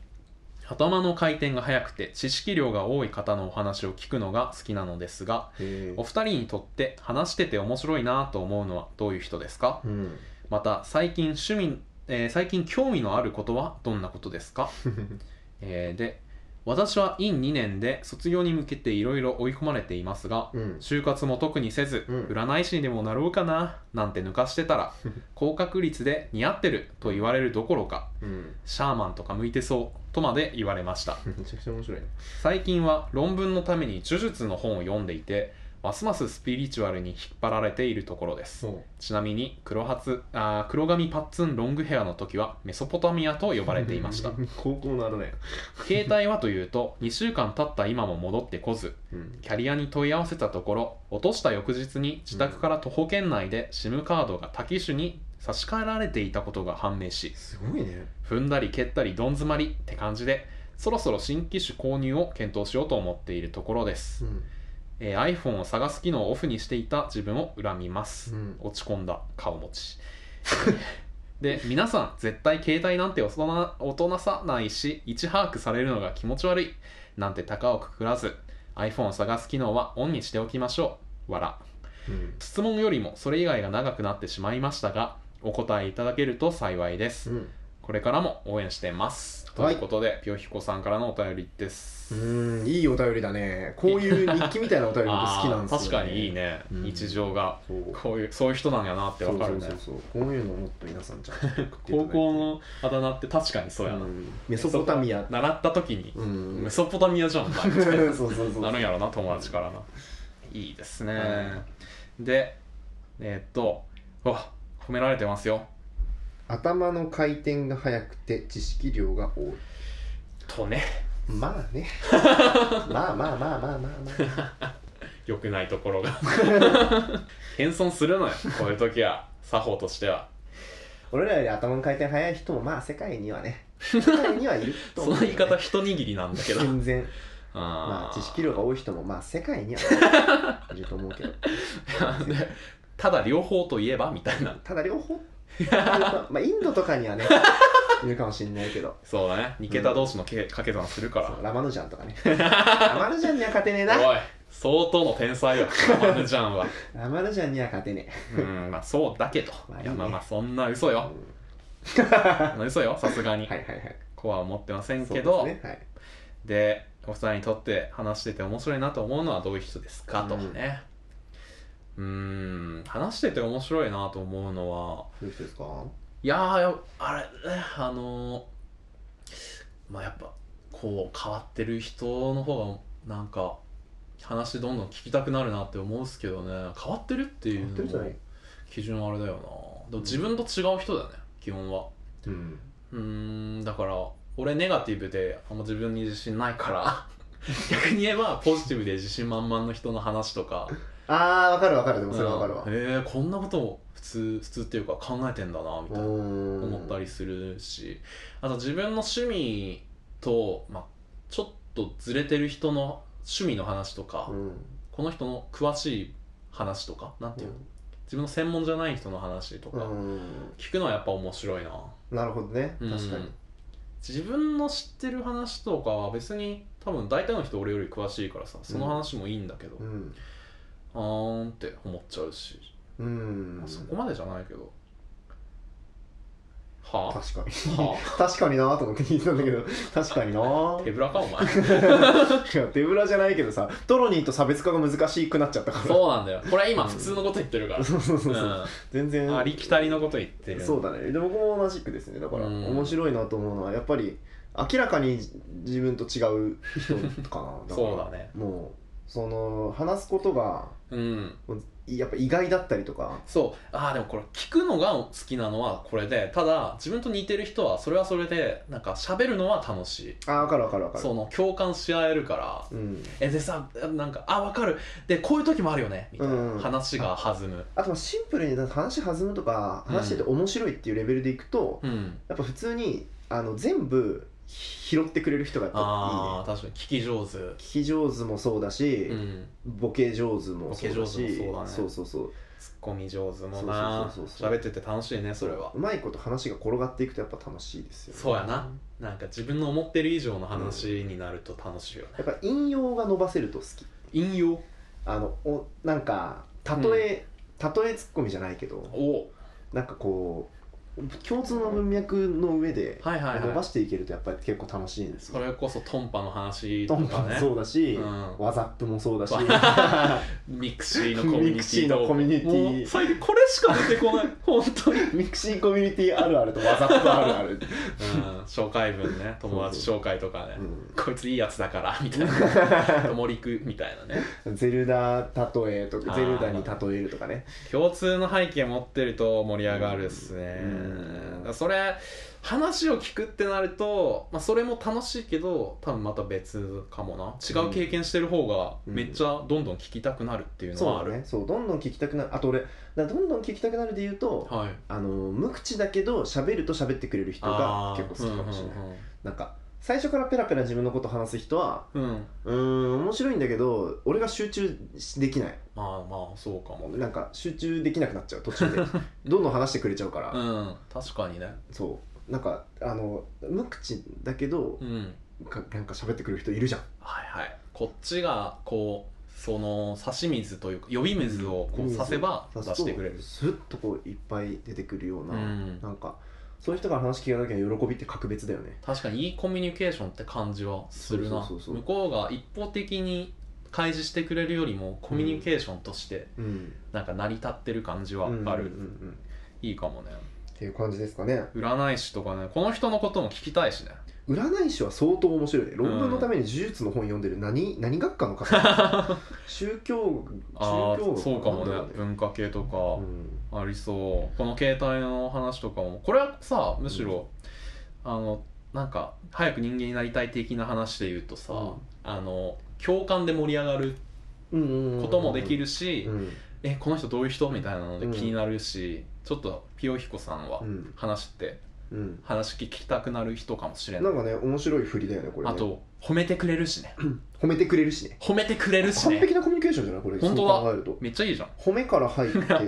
[SPEAKER 1] 頭の回転が速くて知識量が多い方のお話を聞くのが好きなのですが
[SPEAKER 2] へ
[SPEAKER 1] お
[SPEAKER 2] ー
[SPEAKER 1] 二人にとって話してて面白いなぁと思うのはどういう人ですか
[SPEAKER 2] うん
[SPEAKER 1] また最近趣味、えー最近興味のあることはどんなことですか、 (laughs) えーで私は院2年で卒業に向けていろいろ追い込まれていますが
[SPEAKER 2] うん
[SPEAKER 1] 就活も特にせず、
[SPEAKER 2] うん
[SPEAKER 1] 占い師にでもなろうかななんて抜かしてた
[SPEAKER 2] (laughs)
[SPEAKER 1] ら高確率で似合ってると言われるどころか
[SPEAKER 2] うん
[SPEAKER 1] シャーマンとか向いてそうとまで言われました
[SPEAKER 2] めちゃくちゃ面白いね
[SPEAKER 1] 最近は論文のために呪術の本を読んでいてますますスピリチュアルに引っ張られているところです
[SPEAKER 2] う
[SPEAKER 1] ちなみに黒髪あー黒髪パッツンロングヘアの時はメソポタミアと呼ばれていました
[SPEAKER 2] 高校のあれだよ、
[SPEAKER 1] 携帯はというと2週間経った今も戻ってこず
[SPEAKER 2] うん、
[SPEAKER 1] キャリアに問い合わせたところ落とした翌日に自宅から徒歩圏内で SIM カードが多機種に差し替えられていたことが判明し
[SPEAKER 2] すごいね
[SPEAKER 1] 踏んだり蹴ったりどん詰まりって感じでそろそろ新機種購入を検討しようと思っているところです、
[SPEAKER 2] ん
[SPEAKER 1] えー iPhone を探す機能をオフにしていた自分を恨みます、
[SPEAKER 2] うん
[SPEAKER 1] 落ち込んだ顔持ちで皆さん絶対携帯なんて大人大人さないし位置把握されるのが気持ち悪いなんて高をくくらず iPhone を探す機能はオンにしておきましょう笑
[SPEAKER 2] うん
[SPEAKER 1] 質問よりもそれ以外が長くなってしまいましたがお答えいただけると幸いです
[SPEAKER 2] うん
[SPEAKER 1] これからも応援してます、
[SPEAKER 2] はい
[SPEAKER 1] ということでピョヒコさんからのお便りです、
[SPEAKER 2] うーんいいお便りだねこういう日記みたいなお便り僕好き (laughs) なんですよ、ね、
[SPEAKER 1] あー確かにいいね、
[SPEAKER 2] うん
[SPEAKER 1] 日常が
[SPEAKER 2] そう
[SPEAKER 1] こういうそういう人なんやなってわかるね
[SPEAKER 2] そうそうそうこういうのをもっと皆さんちゃんと送っていただ
[SPEAKER 1] 高
[SPEAKER 2] いて
[SPEAKER 1] 校のあだ名って確かにそうやな、
[SPEAKER 2] うんメソポタミア
[SPEAKER 1] 習った時に、
[SPEAKER 2] うん
[SPEAKER 1] メソポタミアじゃんお前
[SPEAKER 2] (laughs) そうそうそう (laughs)
[SPEAKER 1] なるんやろな友達からな、いいですね、でえーっとわ褒められてますよ
[SPEAKER 2] 頭の回転が速くて知識量が多い
[SPEAKER 1] とね (laughs)
[SPEAKER 2] まあねまあまあまあまあまあまあ
[SPEAKER 1] 良くないところが謙遜するのよこういう時は作法としては
[SPEAKER 2] 俺らより頭の回転速い人もまあ世界にはね世界にはいると
[SPEAKER 1] (laughs) そ
[SPEAKER 2] 思う
[SPEAKER 1] の
[SPEAKER 2] よ
[SPEAKER 1] 言
[SPEAKER 2] ね、
[SPEAKER 1] い方一握りなんだけど
[SPEAKER 2] 全然 (laughs) ま
[SPEAKER 1] あ
[SPEAKER 2] あ
[SPEAKER 1] ー
[SPEAKER 2] 知識量が多い人もまあ世界には
[SPEAKER 1] (laughs)
[SPEAKER 2] いると思うけど
[SPEAKER 1] でただ両方といえばみたいな
[SPEAKER 2] ただ
[SPEAKER 1] (laughs)
[SPEAKER 2] 両方まあインドとかにはねいるかもしれないけど
[SPEAKER 1] そうだね2桁同士のけ掛け算するか
[SPEAKER 2] そう
[SPEAKER 1] ら
[SPEAKER 2] ラマヌジャンと
[SPEAKER 1] (laughs)
[SPEAKER 2] かねラマヌジャンには勝てねえな
[SPEAKER 1] おい相当の天才よラマヌジャンは
[SPEAKER 2] ラマヌジャンには勝てねえ
[SPEAKER 1] うんまあそうだけど
[SPEAKER 2] まあいい
[SPEAKER 1] い
[SPEAKER 2] ね
[SPEAKER 1] やまあまあそんな嘘よ
[SPEAKER 2] う
[SPEAKER 1] そんな嘘よさすが
[SPEAKER 2] ん
[SPEAKER 1] に
[SPEAKER 2] はいはいはい
[SPEAKER 1] こうは思ってません
[SPEAKER 2] そう
[SPEAKER 1] けど
[SPEAKER 2] ですねはい
[SPEAKER 1] でお二人にとって話してて面白いなと思うのはどういう人ですかと
[SPEAKER 2] うん
[SPEAKER 1] ねうーん話してて面白いなと思うのは
[SPEAKER 2] どういう人ですか
[SPEAKER 1] いやーあれねあのーまあやっぱこう変わってる人の方がなんか話どんどん聞きたくなるなって思うんすけどね変わってるってい
[SPEAKER 2] 変わってる
[SPEAKER 1] う
[SPEAKER 2] じゃ
[SPEAKER 1] の
[SPEAKER 2] な
[SPEAKER 1] も
[SPEAKER 2] い
[SPEAKER 1] 基準はあれだよなでも自分と違う人だよね、基本は
[SPEAKER 2] うん
[SPEAKER 1] うーんだから俺ネガティブであんま自分に自信ないから
[SPEAKER 2] (laughs)
[SPEAKER 1] 逆に言えばポジティブで自信満々の人の話とか
[SPEAKER 2] ああわかるわかるでもそれはわかるわ
[SPEAKER 1] うんえーこんなことを普通普通っていうか考えてんだなみたいな思
[SPEAKER 2] 思
[SPEAKER 1] ったりするしあと自分の趣味と、まあ、ちょっとずれてる人の趣味の話とか、
[SPEAKER 2] うん
[SPEAKER 1] この人の詳しい話とかなんていうの、自分の専門じゃない人の話とか、
[SPEAKER 2] うん
[SPEAKER 1] 聞くのはやっぱ面白いな
[SPEAKER 2] なるほどね確か
[SPEAKER 1] う
[SPEAKER 2] に
[SPEAKER 1] ん自分の知ってる話とかは別に多分大体の人俺より詳しいからさその話もいいんだけど、
[SPEAKER 2] うん
[SPEAKER 1] あーんって思っちゃうし、
[SPEAKER 2] うん
[SPEAKER 1] まあそこまでじゃないけどは
[SPEAKER 2] 確かに (laughs)
[SPEAKER 1] あ、は
[SPEAKER 2] 確かになと思って聞いてたんだけど確かにな
[SPEAKER 1] あ、手ぶらかお前
[SPEAKER 2] いや手ぶらじゃないけどさトロニーと差別化が難しくなっちゃったか
[SPEAKER 1] (laughs)
[SPEAKER 2] ら
[SPEAKER 1] そうなんだよこれは今普通のこと言ってるから、
[SPEAKER 2] (laughs) そうそうそうそう
[SPEAKER 1] う
[SPEAKER 2] 全
[SPEAKER 1] ん、
[SPEAKER 2] 然
[SPEAKER 1] ありきたりのこと言ってる
[SPEAKER 2] そうだねで僕も同じくですねだから
[SPEAKER 1] うん
[SPEAKER 2] 面白いなと思うのはやっぱり明らかに自分と違う人かなだから
[SPEAKER 1] そうだね
[SPEAKER 2] もうその話すことが
[SPEAKER 1] うん
[SPEAKER 2] もうやっぱ意外だったりとか
[SPEAKER 1] そうああでもこれ聞くのが好きなのはこれでただ自分と似てる人はそれはそれでなんか喋るのは楽しい
[SPEAKER 2] あ分かる分かる分かる
[SPEAKER 1] その共感し合えるから
[SPEAKER 2] うん、
[SPEAKER 1] えでさなんかあ分かるでこういう時もあるよねみたい
[SPEAKER 2] うん
[SPEAKER 1] な話が弾む
[SPEAKER 2] あとまあシンプルにだって話弾むとか
[SPEAKER 1] うん
[SPEAKER 2] 話してて面白いっていうレベルでいくと、
[SPEAKER 1] うん
[SPEAKER 2] やっぱ普通にあの全部拾ってくれる人がやっぱいい
[SPEAKER 1] あ
[SPEAKER 2] ね
[SPEAKER 1] あ確かに聞き上手
[SPEAKER 2] 聞き上手もそうだし、
[SPEAKER 1] うん
[SPEAKER 2] ボケ上手もそう
[SPEAKER 1] ボ
[SPEAKER 2] だ
[SPEAKER 1] ケ上
[SPEAKER 2] し
[SPEAKER 1] 手もそうだね
[SPEAKER 2] そうそうそう
[SPEAKER 1] ツッコミ上手もな
[SPEAKER 2] そうそうそうそう
[SPEAKER 1] 喋ってて楽しいねそれは
[SPEAKER 2] うまいこと話が転がっていくとやっぱ楽しいですよね
[SPEAKER 1] そうやななんか自分の思ってる以上の話になると楽しいよね
[SPEAKER 2] やっぱ引用が伸ばせると好き
[SPEAKER 1] 引用
[SPEAKER 2] あのおなんか例え、例えツッコミじゃないけど
[SPEAKER 1] お
[SPEAKER 2] なんかこう共通の文脈の上で
[SPEAKER 1] はいはい
[SPEAKER 2] 伸ば
[SPEAKER 1] はい
[SPEAKER 2] していけるとやっぱり結構楽しいんです
[SPEAKER 1] そ
[SPEAKER 2] よ、
[SPEAKER 1] れこそトンパの話
[SPEAKER 2] ト
[SPEAKER 1] と
[SPEAKER 2] ンパ
[SPEAKER 1] か
[SPEAKER 2] も
[SPEAKER 1] ね
[SPEAKER 2] そうだし、
[SPEAKER 1] うん
[SPEAKER 2] ワザップもそうだし
[SPEAKER 1] ミクシーのコミュニティ
[SPEAKER 2] ミクシーのコミュニティ
[SPEAKER 1] もう最近これしか出てこない本当に、うん、
[SPEAKER 2] ミクシーコミュニティあるあるとワザップあ
[SPEAKER 1] (laughs)
[SPEAKER 2] るある、
[SPEAKER 1] 紹介文ね友達紹介とかね
[SPEAKER 2] う
[SPEAKER 1] こいついいやつだからみたい
[SPEAKER 2] (laughs)
[SPEAKER 1] な友陸みたいなね
[SPEAKER 2] ん、 (laughs) ゼルダ例えと
[SPEAKER 1] あ
[SPEAKER 2] か
[SPEAKER 1] ー
[SPEAKER 2] ゼルダに例えるとかね
[SPEAKER 1] 共通の背景持ってると盛り上がるっすね
[SPEAKER 2] うん
[SPEAKER 1] だからそれ話を聞くってなると、まあ、それも楽しいけど多分また別かもな違う経験してる方が
[SPEAKER 2] うん
[SPEAKER 1] めっちゃどんどん聞きたくなるっていうのは
[SPEAKER 2] そ
[SPEAKER 1] あ
[SPEAKER 2] う
[SPEAKER 1] る、
[SPEAKER 2] だねそうどんどん聞きたくなるあと俺だからどんどん聞きたくなるで言うと、
[SPEAKER 1] はい
[SPEAKER 2] あの無口だけど喋ると喋ってくれる人が
[SPEAKER 1] あー
[SPEAKER 2] 結構好きかもしれない、
[SPEAKER 1] うんうんうん
[SPEAKER 2] なんか最初からペラペラ自分のこと話す人は
[SPEAKER 1] うん、
[SPEAKER 2] うーん面白いんだけど俺が集中できない
[SPEAKER 1] まあまあそうかもね
[SPEAKER 2] なんか集中できなくなっちゃう途
[SPEAKER 1] (laughs)
[SPEAKER 2] 中でどんどん話してくれちゃうから、
[SPEAKER 1] うん確かにね
[SPEAKER 2] そうなんかあの無口だけど
[SPEAKER 1] うん
[SPEAKER 2] かなんか喋ってくる人いるじゃん
[SPEAKER 1] はいはいこっちがこうその差し水というか呼び水をこう
[SPEAKER 2] 水を
[SPEAKER 1] 刺せば出
[SPEAKER 2] 刺すと
[SPEAKER 1] してくれる
[SPEAKER 2] スッとこういっぱい出てくるよう
[SPEAKER 1] う
[SPEAKER 2] な、
[SPEAKER 1] ん
[SPEAKER 2] なんかそういう人から話聞かなきゃ喜びって格別だよね
[SPEAKER 1] 確かにいいコミュニケーションって感じはするな
[SPEAKER 2] そうそうそうそう
[SPEAKER 1] 向こうが一方的に開示してくれるよりもコミュニケーションとして
[SPEAKER 2] うん
[SPEAKER 1] なんか成り立ってる感じはある、
[SPEAKER 2] うんうんうんうん
[SPEAKER 1] いいかもね
[SPEAKER 2] っていう感じですかね
[SPEAKER 1] 占い師とかねこの人のことも聞きたいしね
[SPEAKER 2] 占い師は相当面白いね論文のために呪術の本読んでる何何学科の
[SPEAKER 1] (laughs)
[SPEAKER 2] 方宗教
[SPEAKER 1] ああ
[SPEAKER 2] 宗教
[SPEAKER 1] そうかも
[SPEAKER 2] な
[SPEAKER 1] ね
[SPEAKER 2] んだろう
[SPEAKER 1] 文化系とか、
[SPEAKER 2] うん
[SPEAKER 1] ありそうこの携帯の話とかもこれはさむしろ、あのなんか早く人間になりたい的な話で言うとさ、
[SPEAKER 2] うん
[SPEAKER 1] あの共感で盛り上がる
[SPEAKER 2] うんうんうん
[SPEAKER 1] こともできるし、
[SPEAKER 2] うん
[SPEAKER 1] えこの人どういう人みたいなので
[SPEAKER 2] うん
[SPEAKER 1] 気になるし、ちょっとピヨヒコさんは
[SPEAKER 2] うん
[SPEAKER 1] 話って
[SPEAKER 2] うん
[SPEAKER 1] 話聞きたくなる人かもしれな、
[SPEAKER 2] ないんかね面白い振りだよねこれね
[SPEAKER 1] あと褒めてくれるしね
[SPEAKER 2] 褒めてくれるしね
[SPEAKER 1] 褒めてくれるし
[SPEAKER 2] 完
[SPEAKER 1] ね
[SPEAKER 2] 璧なコミュニケーションじゃないこれ
[SPEAKER 1] 本当だ
[SPEAKER 2] そう考えると
[SPEAKER 1] めっちゃいいじゃん
[SPEAKER 2] 褒めから
[SPEAKER 1] (laughs)
[SPEAKER 2] 入って褒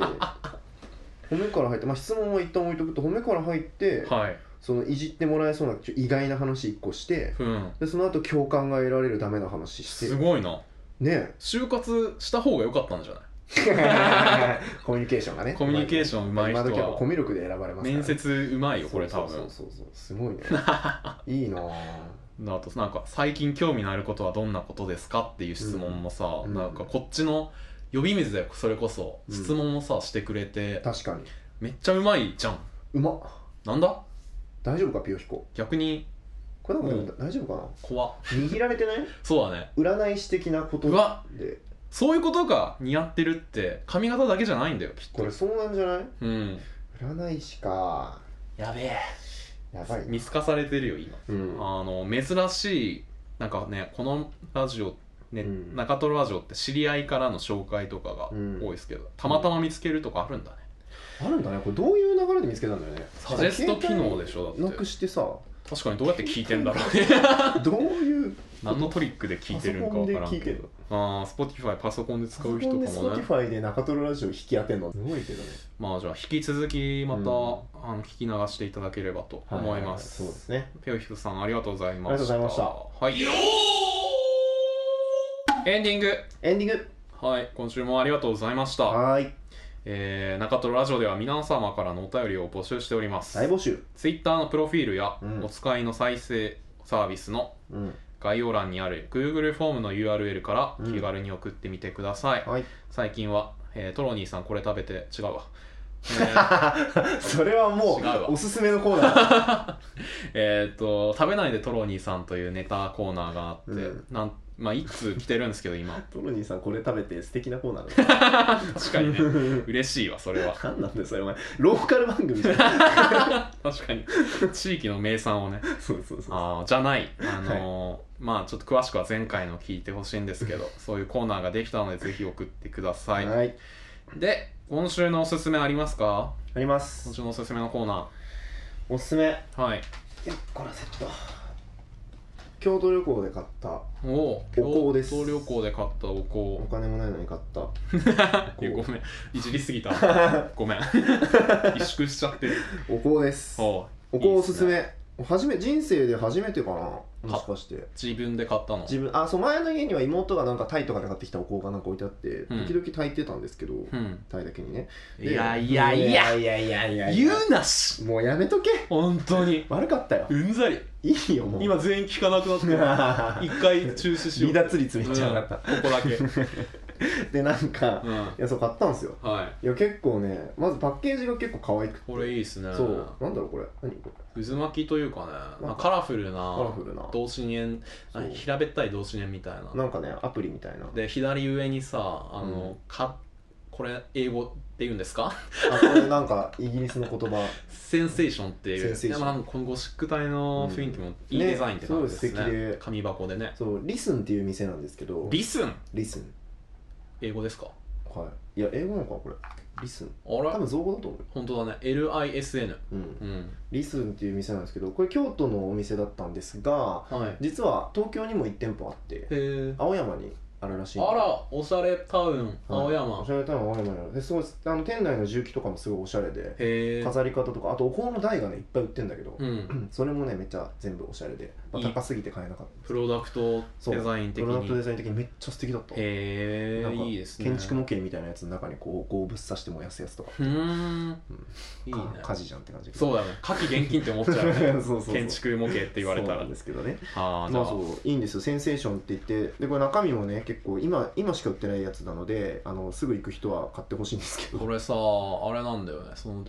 [SPEAKER 2] めから入って、まあ、質問は一旦置いとくと褒めから入って
[SPEAKER 1] はい
[SPEAKER 2] そのいじってもらえそうなちょ意外な話一個して
[SPEAKER 1] うん
[SPEAKER 2] でその後共感が得られるための話して
[SPEAKER 1] すごいな
[SPEAKER 2] ね
[SPEAKER 1] (laughs) 就活した方が良かったんじゃない
[SPEAKER 2] コミュニケーションがね
[SPEAKER 1] コミュニケーション上手い人は
[SPEAKER 2] 今時やっぱコミュ力で選ばれますから
[SPEAKER 1] 面接うま
[SPEAKER 2] ない
[SPEAKER 1] よこれ多分
[SPEAKER 2] そうそうそうそうすごいね
[SPEAKER 1] (laughs)
[SPEAKER 2] いいなあ
[SPEAKER 1] あとなんか最近興味のあることはどんなことですかっていう質問もさ、
[SPEAKER 2] うん
[SPEAKER 1] なんかこっちの呼び水だよそれこそ
[SPEAKER 2] うん
[SPEAKER 1] 質問もさ、してくれて
[SPEAKER 2] 確かに
[SPEAKER 1] めっちゃうまいじゃん
[SPEAKER 2] うまっ
[SPEAKER 1] なんだ
[SPEAKER 2] 大丈夫かピヨヒコ
[SPEAKER 1] 逆に
[SPEAKER 2] これなんかでも
[SPEAKER 1] う
[SPEAKER 2] 大丈夫かな
[SPEAKER 1] 怖っ
[SPEAKER 2] 握られてない
[SPEAKER 1] そうだね
[SPEAKER 2] 占い師的なこと
[SPEAKER 1] うわ
[SPEAKER 2] で
[SPEAKER 1] そういうことが似合ってるって髪型だけじゃないんだよきっ
[SPEAKER 2] ことれそうなんじゃない
[SPEAKER 1] うん
[SPEAKER 2] 占い師か
[SPEAKER 1] やべえ
[SPEAKER 2] やばい
[SPEAKER 1] 見透かされてるよ今
[SPEAKER 2] うん
[SPEAKER 1] あの珍しいなんかねこのラジオ、ね
[SPEAKER 2] うん
[SPEAKER 1] 中トロラジオって知り合いからの紹介とかが
[SPEAKER 2] うん
[SPEAKER 1] 多いですけど、たまたま見つけるとかあるんだね、
[SPEAKER 2] あるんだねこれどういう流れで見つけたんだよね
[SPEAKER 1] サジェスト機能でしょだっ
[SPEAKER 2] な
[SPEAKER 1] て
[SPEAKER 2] くしてさ
[SPEAKER 1] 確かにどうやって聞いてんだろうね
[SPEAKER 2] どういう
[SPEAKER 1] (laughs) 何のトリックで聞いてるのかわからんけ
[SPEAKER 2] パソコンで聞いてん
[SPEAKER 1] どああ Spotify パソコンで使う人
[SPEAKER 2] パソコンで
[SPEAKER 1] かもね
[SPEAKER 2] Spotify で中トロラジオ引き当てんのすごいけどね
[SPEAKER 1] まあじゃあ引き続きまた、
[SPEAKER 2] うん
[SPEAKER 1] あの聞き流していただければと思います、
[SPEAKER 2] そうですね
[SPEAKER 1] ペオヒクさんありがとうございました
[SPEAKER 2] ありがとうござい
[SPEAKER 1] はいエンディング
[SPEAKER 2] エンディング
[SPEAKER 1] はい今週もありがとうございました、
[SPEAKER 2] はーい
[SPEAKER 1] えー、中トロラジオでは皆様からのお便りを募集しております
[SPEAKER 2] 大募集
[SPEAKER 1] ツイッターのプロフィールや、
[SPEAKER 2] うん
[SPEAKER 1] お使いの再生サービスの (laughs)
[SPEAKER 2] うん
[SPEAKER 1] 概要欄にある Google フォームの URL か
[SPEAKER 2] う
[SPEAKER 1] ら
[SPEAKER 2] ん
[SPEAKER 1] 気軽に送ってみてください、
[SPEAKER 2] はい
[SPEAKER 1] 最近は、えートロニーさんこれ食べて違う
[SPEAKER 2] (laughs)
[SPEAKER 1] わ、
[SPEAKER 2] それはも
[SPEAKER 1] 違うわ
[SPEAKER 2] うおすすめのコーナー (laughs)
[SPEAKER 1] えーえーっと食べないでトロニーさんというネタコーナーがあって、
[SPEAKER 2] うん
[SPEAKER 1] なんまあ一通来てるんですけど
[SPEAKER 2] (laughs)
[SPEAKER 1] 今
[SPEAKER 2] トロニーさんこれ食べて素敵なコーナーだね
[SPEAKER 1] 確かにね嬉しいわそれは
[SPEAKER 2] 何なんだよそれお前ローカル番組じゃ
[SPEAKER 1] (laughs)
[SPEAKER 2] ん
[SPEAKER 1] 確かに地域の名産をね
[SPEAKER 2] そうそうそう
[SPEAKER 1] あーじゃないあのーまあちょっと詳しくは前回の聞いてほしいんですけ
[SPEAKER 2] (laughs)
[SPEAKER 1] どそういうコーナーができたのでぜひ送ってください、
[SPEAKER 2] はい
[SPEAKER 1] で今週のおすすめありますか
[SPEAKER 2] あります
[SPEAKER 1] 今週のおすすめのコーナ
[SPEAKER 2] おすすめ
[SPEAKER 1] ーはい
[SPEAKER 2] よっこらセット京都旅行で買った
[SPEAKER 1] おお
[SPEAKER 2] お香です
[SPEAKER 1] 京都旅行で買ったお
[SPEAKER 2] お (laughs)
[SPEAKER 1] 香
[SPEAKER 2] 金もないのに買った
[SPEAKER 1] いやごめんいじりすぎた
[SPEAKER 2] (laughs)
[SPEAKER 1] ごめん萎縮しちゃってる
[SPEAKER 2] お香ですお
[SPEAKER 1] お
[SPEAKER 2] 香おすすめ
[SPEAKER 1] いいっ
[SPEAKER 2] 初め人生で初めてかなもしかして
[SPEAKER 1] すね自分で買ったの
[SPEAKER 2] 自分あそう前の家には妹がなんかタイとかで買ってきたお香がなんか置いてあって、
[SPEAKER 1] ん
[SPEAKER 2] 時々炊いてたんですけど、
[SPEAKER 1] うん
[SPEAKER 2] タイだけにね
[SPEAKER 1] いやいやいや
[SPEAKER 2] いやいやいやい
[SPEAKER 1] 言
[SPEAKER 2] や
[SPEAKER 1] うなし
[SPEAKER 2] もうやめとけ
[SPEAKER 1] 本当に
[SPEAKER 2] 悪かったよ
[SPEAKER 1] うんざり
[SPEAKER 2] いいよもう
[SPEAKER 1] 今全員聞かなくなってる
[SPEAKER 2] (laughs)
[SPEAKER 1] 一回中止しよう
[SPEAKER 2] 離脱率めっちゃ上がった
[SPEAKER 1] うんここだけう
[SPEAKER 2] (laughs) でなんか、い
[SPEAKER 1] ん
[SPEAKER 2] やそう買ったんですよ
[SPEAKER 1] はい
[SPEAKER 2] いや結構ねまずパッケージが結構可愛くて
[SPEAKER 1] これいいっすね
[SPEAKER 2] そうなんだろうこれ何これ
[SPEAKER 1] 渦巻きというかねなんかカラフル
[SPEAKER 2] カラ
[SPEAKER 1] な
[SPEAKER 2] フルな
[SPEAKER 1] 同心円
[SPEAKER 2] そう
[SPEAKER 1] あ平べったい同心円みたいな
[SPEAKER 2] なんかねアプリみたいな
[SPEAKER 1] で左上にさあの、
[SPEAKER 2] うん
[SPEAKER 1] かこれ英語って言うんですか
[SPEAKER 2] あこれなんかイギリスの言葉
[SPEAKER 1] センセーションってい
[SPEAKER 2] セン
[SPEAKER 1] う
[SPEAKER 2] セーショ
[SPEAKER 1] で
[SPEAKER 2] ン
[SPEAKER 1] もなんかこのゴシック体の雰囲気もいい
[SPEAKER 2] ね
[SPEAKER 1] デザインって感じですね,、
[SPEAKER 2] そうです素敵で
[SPEAKER 1] 紙箱でね
[SPEAKER 2] そうリスンっていう店なんですけど
[SPEAKER 1] リスン
[SPEAKER 2] リスン
[SPEAKER 1] 英語ですか
[SPEAKER 2] はいいや英語なのかこれリスン
[SPEAKER 1] あ
[SPEAKER 2] 多
[SPEAKER 1] ら
[SPEAKER 2] 分造語だと思う、
[SPEAKER 1] 本当だね LISN
[SPEAKER 2] うん、
[SPEAKER 1] うん
[SPEAKER 2] リスンっていう店なんですけどこれ京都のお店だったんですが
[SPEAKER 1] はいへ
[SPEAKER 2] 実は東京にも1店舗あって
[SPEAKER 1] え
[SPEAKER 2] 青山にあるらしいんで
[SPEAKER 1] あらおしゃれタウン青
[SPEAKER 2] はいお
[SPEAKER 1] 山
[SPEAKER 2] しゃれタウン青山にあるですごいあの店内の重機とかもすごいおしゃれで
[SPEAKER 1] へえ
[SPEAKER 2] 飾り方とかあとお香の台がねいっぱい売ってんだけど、
[SPEAKER 1] うん
[SPEAKER 2] それもねめっちゃ全部おしゃれで、まあ
[SPEAKER 1] いい
[SPEAKER 2] 高すぎて買えなかった
[SPEAKER 1] プロダクト
[SPEAKER 2] そう
[SPEAKER 1] デザイン
[SPEAKER 2] プ
[SPEAKER 1] 的
[SPEAKER 2] ロダクトデ
[SPEAKER 1] に
[SPEAKER 2] ザイン的にめっちゃ素敵だった、
[SPEAKER 1] へ
[SPEAKER 2] な
[SPEAKER 1] え
[SPEAKER 2] んか
[SPEAKER 1] いいですね
[SPEAKER 2] 建築模型みたいなやつの中にこうこうぶっ刺して燃やすやつとか
[SPEAKER 1] うーんいいね
[SPEAKER 2] か火事じゃんって感じ
[SPEAKER 1] そうだよね火器厳禁って思っちゃうよね
[SPEAKER 2] (laughs) そうそうそう
[SPEAKER 1] 建築模型って言われた
[SPEAKER 2] そうな
[SPEAKER 1] ら
[SPEAKER 2] んですけどね
[SPEAKER 1] ああじゃ
[SPEAKER 2] まあ
[SPEAKER 1] あ
[SPEAKER 2] そういいんですよセンセーションって言ってでこれ中身もね結構今今しか売ってないやつなのであのすぐ行く人は買ってほしいんですけど
[SPEAKER 1] これさあれなんだよねその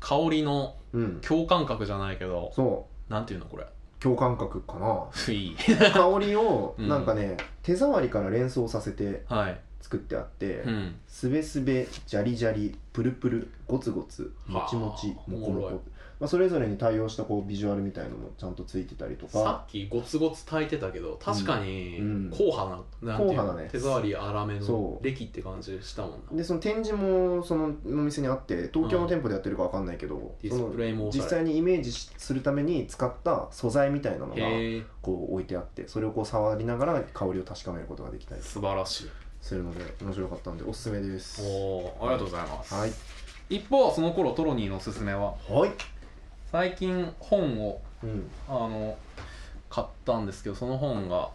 [SPEAKER 1] 香りの
[SPEAKER 2] うん
[SPEAKER 1] 共感覚じゃないけど
[SPEAKER 2] そ
[SPEAKER 1] なんていうのこれ
[SPEAKER 2] う共感覚かな
[SPEAKER 1] いい
[SPEAKER 2] 香りを
[SPEAKER 1] うん
[SPEAKER 2] なんかね、手触りから連想させて
[SPEAKER 1] はい
[SPEAKER 2] 作ってあって、
[SPEAKER 1] うん
[SPEAKER 2] すべすべジャリジャリプルプルゴツゴツもちもち
[SPEAKER 1] はあ
[SPEAKER 2] モコモ
[SPEAKER 1] おもろい
[SPEAKER 2] コ、まあ、それぞれに対応したこうビジュアルみたいのもちゃんとついてたりとか
[SPEAKER 1] さっきゴツゴツ炊いてたけど確かに
[SPEAKER 2] うん
[SPEAKER 1] 硬派な,、なんていうの
[SPEAKER 2] 硬派だね
[SPEAKER 1] 手触り粗めの
[SPEAKER 2] そう
[SPEAKER 1] 歴って感じしたもんな
[SPEAKER 2] でその展示もそのお店にあって東京の店舗でやってるかわかんないけど、
[SPEAKER 1] ディ
[SPEAKER 2] そ
[SPEAKER 1] ス
[SPEAKER 2] の
[SPEAKER 1] プレイもおし
[SPEAKER 2] 実
[SPEAKER 1] ゃれ
[SPEAKER 2] 際にイメージするために使った素材みたいなのが
[SPEAKER 1] へえ
[SPEAKER 2] こう置いてあってそれをこう触りながら香りを確かめることができたり
[SPEAKER 1] 素晴らしい
[SPEAKER 2] するので面白かったんでおすすめです
[SPEAKER 1] おおありがとうございます、
[SPEAKER 2] はい
[SPEAKER 1] 一方その頃トロニーのおすすめは
[SPEAKER 2] はい、
[SPEAKER 1] 最近本を
[SPEAKER 2] うん、
[SPEAKER 1] あの買ったんですけどその本が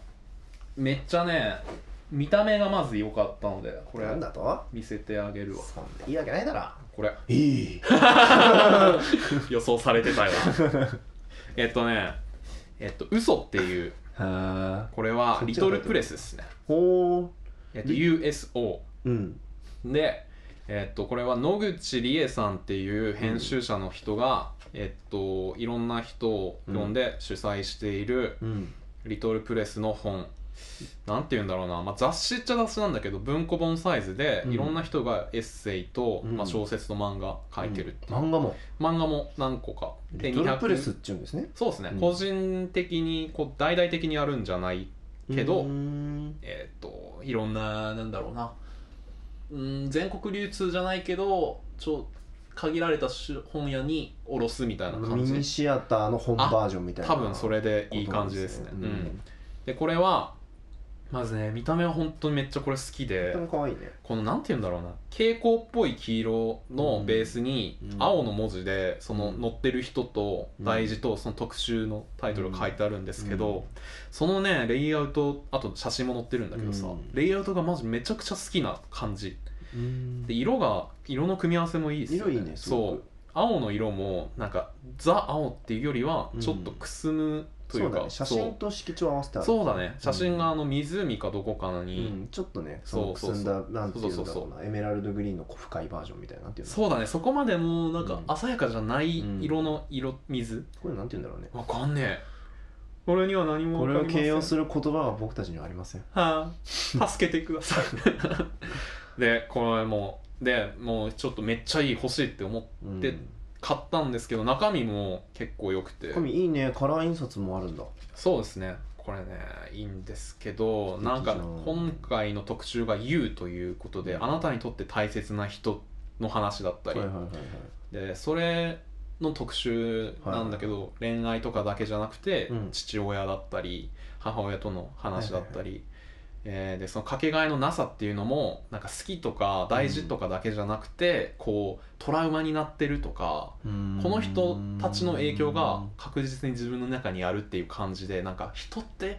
[SPEAKER 1] めっちゃね見た目がまず良かったのでこ
[SPEAKER 2] こ
[SPEAKER 1] れ
[SPEAKER 2] れなんだと
[SPEAKER 1] 見せてあげるわ
[SPEAKER 2] そんないいわけないだろ
[SPEAKER 1] これ
[SPEAKER 2] いい
[SPEAKER 1] 予想されてたよ
[SPEAKER 2] (laughs)
[SPEAKER 1] えっとねえっと「嘘っていう
[SPEAKER 2] は
[SPEAKER 1] これは
[SPEAKER 2] そっ
[SPEAKER 1] リ
[SPEAKER 2] ちが
[SPEAKER 1] ト
[SPEAKER 2] 書いてある
[SPEAKER 1] ルプレスですね
[SPEAKER 2] ほう
[SPEAKER 1] えっと USO
[SPEAKER 2] うん
[SPEAKER 1] でえっとこれは野口理恵さんっていう編集者の人が、えっといろんな人を呼んで主催している
[SPEAKER 2] うん
[SPEAKER 1] リトルプレスの本なんて言うんだろうな、まあ、雑誌っちゃ雑誌なんだけど文庫本サイズで
[SPEAKER 2] うん
[SPEAKER 1] いろんな人がエッセイと、
[SPEAKER 2] うん
[SPEAKER 1] まあ、小説と漫画書いてるっていう、
[SPEAKER 2] 漫画も
[SPEAKER 1] 漫画も何個か
[SPEAKER 2] リトルプレスっ
[SPEAKER 1] 200
[SPEAKER 2] ちゅうんですね
[SPEAKER 1] そうですね、
[SPEAKER 2] うん
[SPEAKER 1] 個人的にこう大々的にやるんじゃないけど
[SPEAKER 2] うーん
[SPEAKER 1] えー、といろんななんだろうなうん全国流通じゃないけどちょ限られた種本屋に卸すみたいな感
[SPEAKER 2] ミニ
[SPEAKER 1] じ
[SPEAKER 2] シアターの本バージョンみたいな
[SPEAKER 1] 多分それでいい感じですね
[SPEAKER 2] こと
[SPEAKER 1] う
[SPEAKER 2] なん
[SPEAKER 1] ん、でこれはまずね見た目は本当にめっちゃこれ好きで
[SPEAKER 2] とても可愛いね
[SPEAKER 1] このなんて言うんだろうな蛍光っぽい黄色のベースに
[SPEAKER 2] うん
[SPEAKER 1] 青の文字でその
[SPEAKER 2] うん
[SPEAKER 1] 載ってる人と
[SPEAKER 2] うん
[SPEAKER 1] 大事とその特集のタイトルが書いてあるんですけ
[SPEAKER 2] うん
[SPEAKER 1] どそのねレイアウトあと写真も載ってるんだけどさ
[SPEAKER 2] うん
[SPEAKER 1] レイアウトがマジめちゃくちゃ好きな感じで色が色の組み合わせもいいですよ
[SPEAKER 2] 色
[SPEAKER 1] ね
[SPEAKER 2] いいねすご
[SPEAKER 1] そ
[SPEAKER 2] く
[SPEAKER 1] う青の色もなんかザ青っていうよりはちょっとくすむとい
[SPEAKER 2] そう
[SPEAKER 1] う
[SPEAKER 2] だ
[SPEAKER 1] か
[SPEAKER 2] ね写
[SPEAKER 1] そ
[SPEAKER 2] 真
[SPEAKER 1] う
[SPEAKER 2] と色調合わせてある
[SPEAKER 1] そうだね写真があの湖かどこか
[SPEAKER 2] う
[SPEAKER 1] に
[SPEAKER 2] んちょっとねそのく
[SPEAKER 1] そう
[SPEAKER 2] す
[SPEAKER 1] そうんそ
[SPEAKER 2] だなんていうんだ
[SPEAKER 1] そうそう
[SPEAKER 2] ろうなエメラルドグリーンの深いバージョンみたいななんていうの
[SPEAKER 1] そうだねそこまでもうなん
[SPEAKER 2] う
[SPEAKER 1] か
[SPEAKER 2] ん
[SPEAKER 1] 鮮やかじゃない色の色水
[SPEAKER 2] これなんていうんだろうね
[SPEAKER 1] わかんねえ俺には何も
[SPEAKER 2] これを形容す
[SPEAKER 1] る
[SPEAKER 2] る言葉が僕たちにはありません
[SPEAKER 1] は (laughs) あ助けてください (laughs) でこれもでもうちょっとめっちゃいい欲しいって思って
[SPEAKER 2] うん
[SPEAKER 1] で買ったんですけど中身も結構良くて
[SPEAKER 2] 紙いいねカラー印刷もあるんだ
[SPEAKER 1] そうですねこれねいいんですけどなんか
[SPEAKER 2] 素敵じゃん
[SPEAKER 1] 今回の特集が「You」ということで、
[SPEAKER 2] うん
[SPEAKER 1] あなたにとって大切な人の話だった
[SPEAKER 2] はい
[SPEAKER 1] り、
[SPEAKER 2] はいはいはい
[SPEAKER 1] でそれの特集なんだけど、恋愛とかだけじゃなくて、
[SPEAKER 2] うん
[SPEAKER 1] 父親だったり母親との話だったり、えーでそのかけがえのなさっていうのもなんか好きとか大事とかだけじゃなくて、こうトラウマになってるとか。この人たちの影響が確実に自分の中にあるっていう感じでなんか人って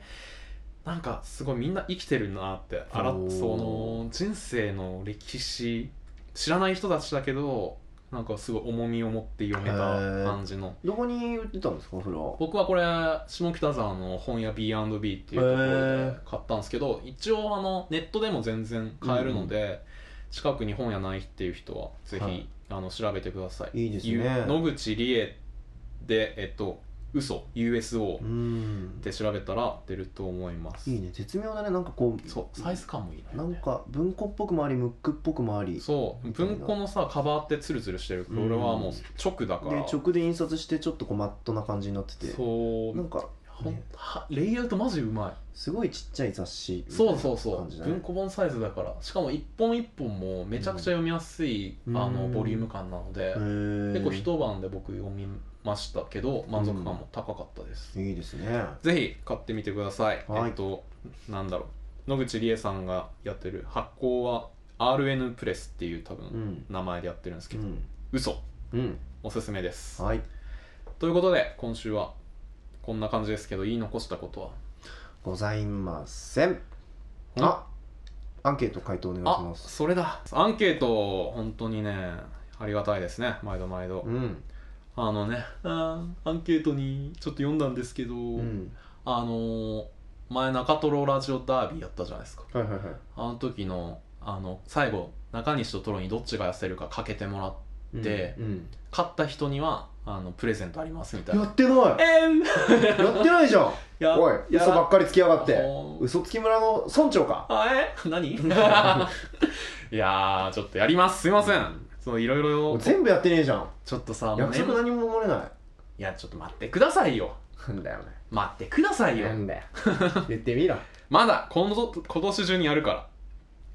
[SPEAKER 1] なんかすごいみんな生きてるなってあら
[SPEAKER 2] おー
[SPEAKER 1] その人生の歴史知らない人たちだけどなんかすごい重みを持って読めた
[SPEAKER 2] へー
[SPEAKER 1] 感じの
[SPEAKER 2] どこに売ってたんですかお風呂
[SPEAKER 1] 僕はこれ下北沢の本屋 B&B っていうとこ
[SPEAKER 2] へ
[SPEAKER 1] ろで
[SPEAKER 2] ー
[SPEAKER 1] 買ったんですけど一応あのネットでも全然買えるので、近くに本屋ないっていう人はぜひ、
[SPEAKER 2] はい
[SPEAKER 1] あの調べてください
[SPEAKER 2] いいですね
[SPEAKER 1] ゆ野口理恵でえっと嘘 USO
[SPEAKER 2] うん
[SPEAKER 1] で調べたら出ると思います
[SPEAKER 2] いいね絶妙だねなんかこう
[SPEAKER 1] そうサイズ感もいいの
[SPEAKER 2] な
[SPEAKER 1] よ
[SPEAKER 2] ん
[SPEAKER 1] ね
[SPEAKER 2] か文庫っぽくもありムックっぽくもありで
[SPEAKER 1] そう文庫のさカバーってツルツルしてるけど
[SPEAKER 2] うん
[SPEAKER 1] 俺はもう直だから
[SPEAKER 2] 直で印刷してちょっとこうマットな感じになってて
[SPEAKER 1] そう
[SPEAKER 2] なんか
[SPEAKER 1] ほんはレイアウトマジうまい
[SPEAKER 2] すごいちっちゃい雑誌みたい
[SPEAKER 1] そ
[SPEAKER 2] な
[SPEAKER 1] うそうそ
[SPEAKER 2] 感じ
[SPEAKER 1] う
[SPEAKER 2] だね
[SPEAKER 1] 文庫本サイズだからしかも一本一本もめちゃくちゃ読みやすい、
[SPEAKER 2] うん
[SPEAKER 1] あ
[SPEAKER 2] う
[SPEAKER 1] の
[SPEAKER 2] ん
[SPEAKER 1] ボリューム感なので、
[SPEAKER 2] へー
[SPEAKER 1] 結構一晩で僕読みましたけど満足感も高かったです、
[SPEAKER 2] いいですね
[SPEAKER 1] ぜひ買ってみてください、
[SPEAKER 2] は
[SPEAKER 1] え
[SPEAKER 2] い
[SPEAKER 1] っとなんだろう野口理恵さんがやってる発行は RN プレスっていう多
[SPEAKER 2] う
[SPEAKER 1] 分
[SPEAKER 2] ん
[SPEAKER 1] 名前でやってるんですけ
[SPEAKER 2] う
[SPEAKER 1] ど、
[SPEAKER 2] ん
[SPEAKER 1] 嘘
[SPEAKER 2] うん
[SPEAKER 1] おすすめです、
[SPEAKER 2] はい
[SPEAKER 1] ということで今週はこんな感じですけど言い残したことは
[SPEAKER 2] ございませんあアンケート回答お願いし
[SPEAKER 1] あ
[SPEAKER 2] ます
[SPEAKER 1] それだアンケート本当にねありがたいですね毎度毎度、
[SPEAKER 2] うん
[SPEAKER 1] あのねあーアンケートにちょっと読んだんですけど、
[SPEAKER 2] うん
[SPEAKER 1] あのー前中トロラジオダービーやったじゃないですか
[SPEAKER 2] はいはいはい
[SPEAKER 1] あの時のあの最後中西とトロにどっちが痩せるかかけてもらっ
[SPEAKER 2] うん
[SPEAKER 1] で
[SPEAKER 2] うん
[SPEAKER 1] 勝った人にはあのプレゼントありますみたい
[SPEAKER 2] や
[SPEAKER 1] な
[SPEAKER 2] って
[SPEAKER 1] (laughs)
[SPEAKER 2] ない
[SPEAKER 1] えー、
[SPEAKER 2] やってないじゃん
[SPEAKER 1] や
[SPEAKER 2] おい
[SPEAKER 1] やら
[SPEAKER 2] 嘘ばっかりつきやがって
[SPEAKER 1] ほー
[SPEAKER 2] 嘘つき村の村長か
[SPEAKER 1] あえ何 (laughs) いやーちょっとやりますすいません、そういろいろ
[SPEAKER 2] 全部やってねえじゃん
[SPEAKER 1] ちょっとさもう
[SPEAKER 2] 約束
[SPEAKER 1] ね
[SPEAKER 2] 何も守れない
[SPEAKER 1] やちょっと待ってくださいよ
[SPEAKER 2] いなんだよね
[SPEAKER 1] 待ってくださいよ
[SPEAKER 2] なんだよ (laughs) 言ってみろ
[SPEAKER 1] まだ今度今年中にやるから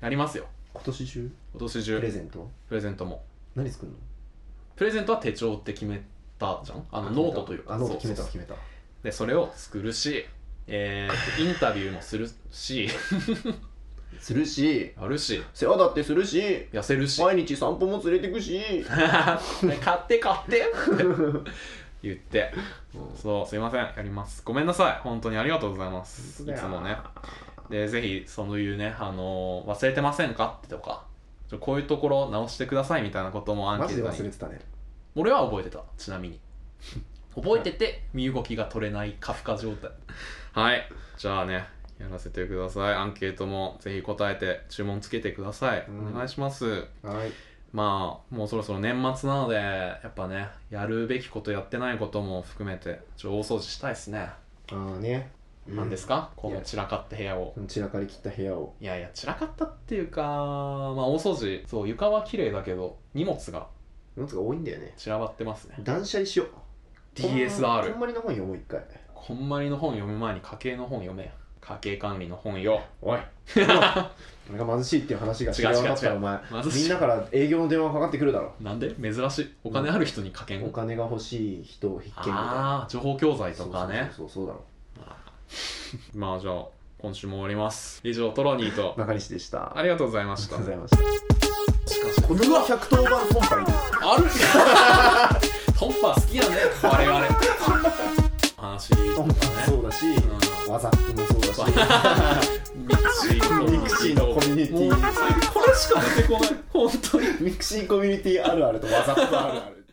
[SPEAKER 1] やりますよ
[SPEAKER 2] 今年中
[SPEAKER 1] 今年
[SPEAKER 2] プレ
[SPEAKER 1] 中
[SPEAKER 2] ゼント
[SPEAKER 1] プレゼントも
[SPEAKER 2] 何作るの
[SPEAKER 1] プレゼントは手帳って決めたじゃんあのノートというか
[SPEAKER 2] あノート決め
[SPEAKER 1] そ
[SPEAKER 2] た
[SPEAKER 1] うそう
[SPEAKER 2] 決めた
[SPEAKER 1] そうでそれを作るしえーとインタビューもするし
[SPEAKER 2] するし
[SPEAKER 1] やるし
[SPEAKER 2] 世話だってするし
[SPEAKER 1] 痩せるし
[SPEAKER 2] 毎日散歩も連れてくし
[SPEAKER 1] (laughs) 買って買って言ってそうすいませんやりますごめんなさい本当にありがとうございますい
[SPEAKER 2] 本当だよ
[SPEAKER 1] つもねでぜひそういうね、あのー忘れてませんかってとかちょこういうところ直してくださいみたいなこともアン
[SPEAKER 2] マ
[SPEAKER 1] ケ
[SPEAKER 2] ジで
[SPEAKER 1] ート
[SPEAKER 2] 忘れ
[SPEAKER 1] に
[SPEAKER 2] てたね
[SPEAKER 1] 俺は覚えてたちなみに (laughs) 覚えてて身動きが取れないカフカ状態はいじゃあねやらせてくださいアンケートもぜひ答えて注文つけてください、
[SPEAKER 2] うん
[SPEAKER 1] お願いします
[SPEAKER 2] はい
[SPEAKER 1] まあもうそろそろ年末なのでやっぱねやるべきことやってないことも含めてちょっと大掃除したいですね
[SPEAKER 2] ああね
[SPEAKER 1] なんですか、こ
[SPEAKER 2] い
[SPEAKER 1] の
[SPEAKER 2] や
[SPEAKER 1] 散らかった部屋を
[SPEAKER 2] この散らかりきった部屋を
[SPEAKER 1] いやいや散らかったっていうかまあ大掃除そう床は綺麗だけど荷物が
[SPEAKER 2] 荷物が多いんだよね
[SPEAKER 1] 散らばってますね
[SPEAKER 2] 断捨離しようこ
[SPEAKER 1] DSR
[SPEAKER 2] んまりの本読もう一回
[SPEAKER 1] こんまりの本読む前に家計の本読めや家計管理の本よ
[SPEAKER 2] おい俺が貧しいっていう話が知らな (laughs) かったらお前
[SPEAKER 1] まず
[SPEAKER 2] みんなから営業の電話かかってくるだろ
[SPEAKER 1] なんで珍しいお金ある人に家計
[SPEAKER 2] お金が欲しい人必見みたいな
[SPEAKER 1] ああ情報教材とかね
[SPEAKER 2] そうそうそうそうだろ
[SPEAKER 1] まあじゃあ今週も終わります以上トロニー (laughs) と
[SPEAKER 2] 中西でした
[SPEAKER 1] ありがとうございまし
[SPEAKER 2] あ
[SPEAKER 1] た
[SPEAKER 2] りがとうございましたこれは110番コンパに
[SPEAKER 1] あるトンパ好きだね我々話
[SPEAKER 2] コ
[SPEAKER 1] と
[SPEAKER 2] ン
[SPEAKER 1] かね
[SPEAKER 2] パそうだしワザップもそうだし
[SPEAKER 1] (laughs) ミクシーの
[SPEAKER 2] ミクシーのコミュニティ
[SPEAKER 1] もうこれしか出てこない本当に
[SPEAKER 2] ミクシーコミュニティあるあるとわざとあるある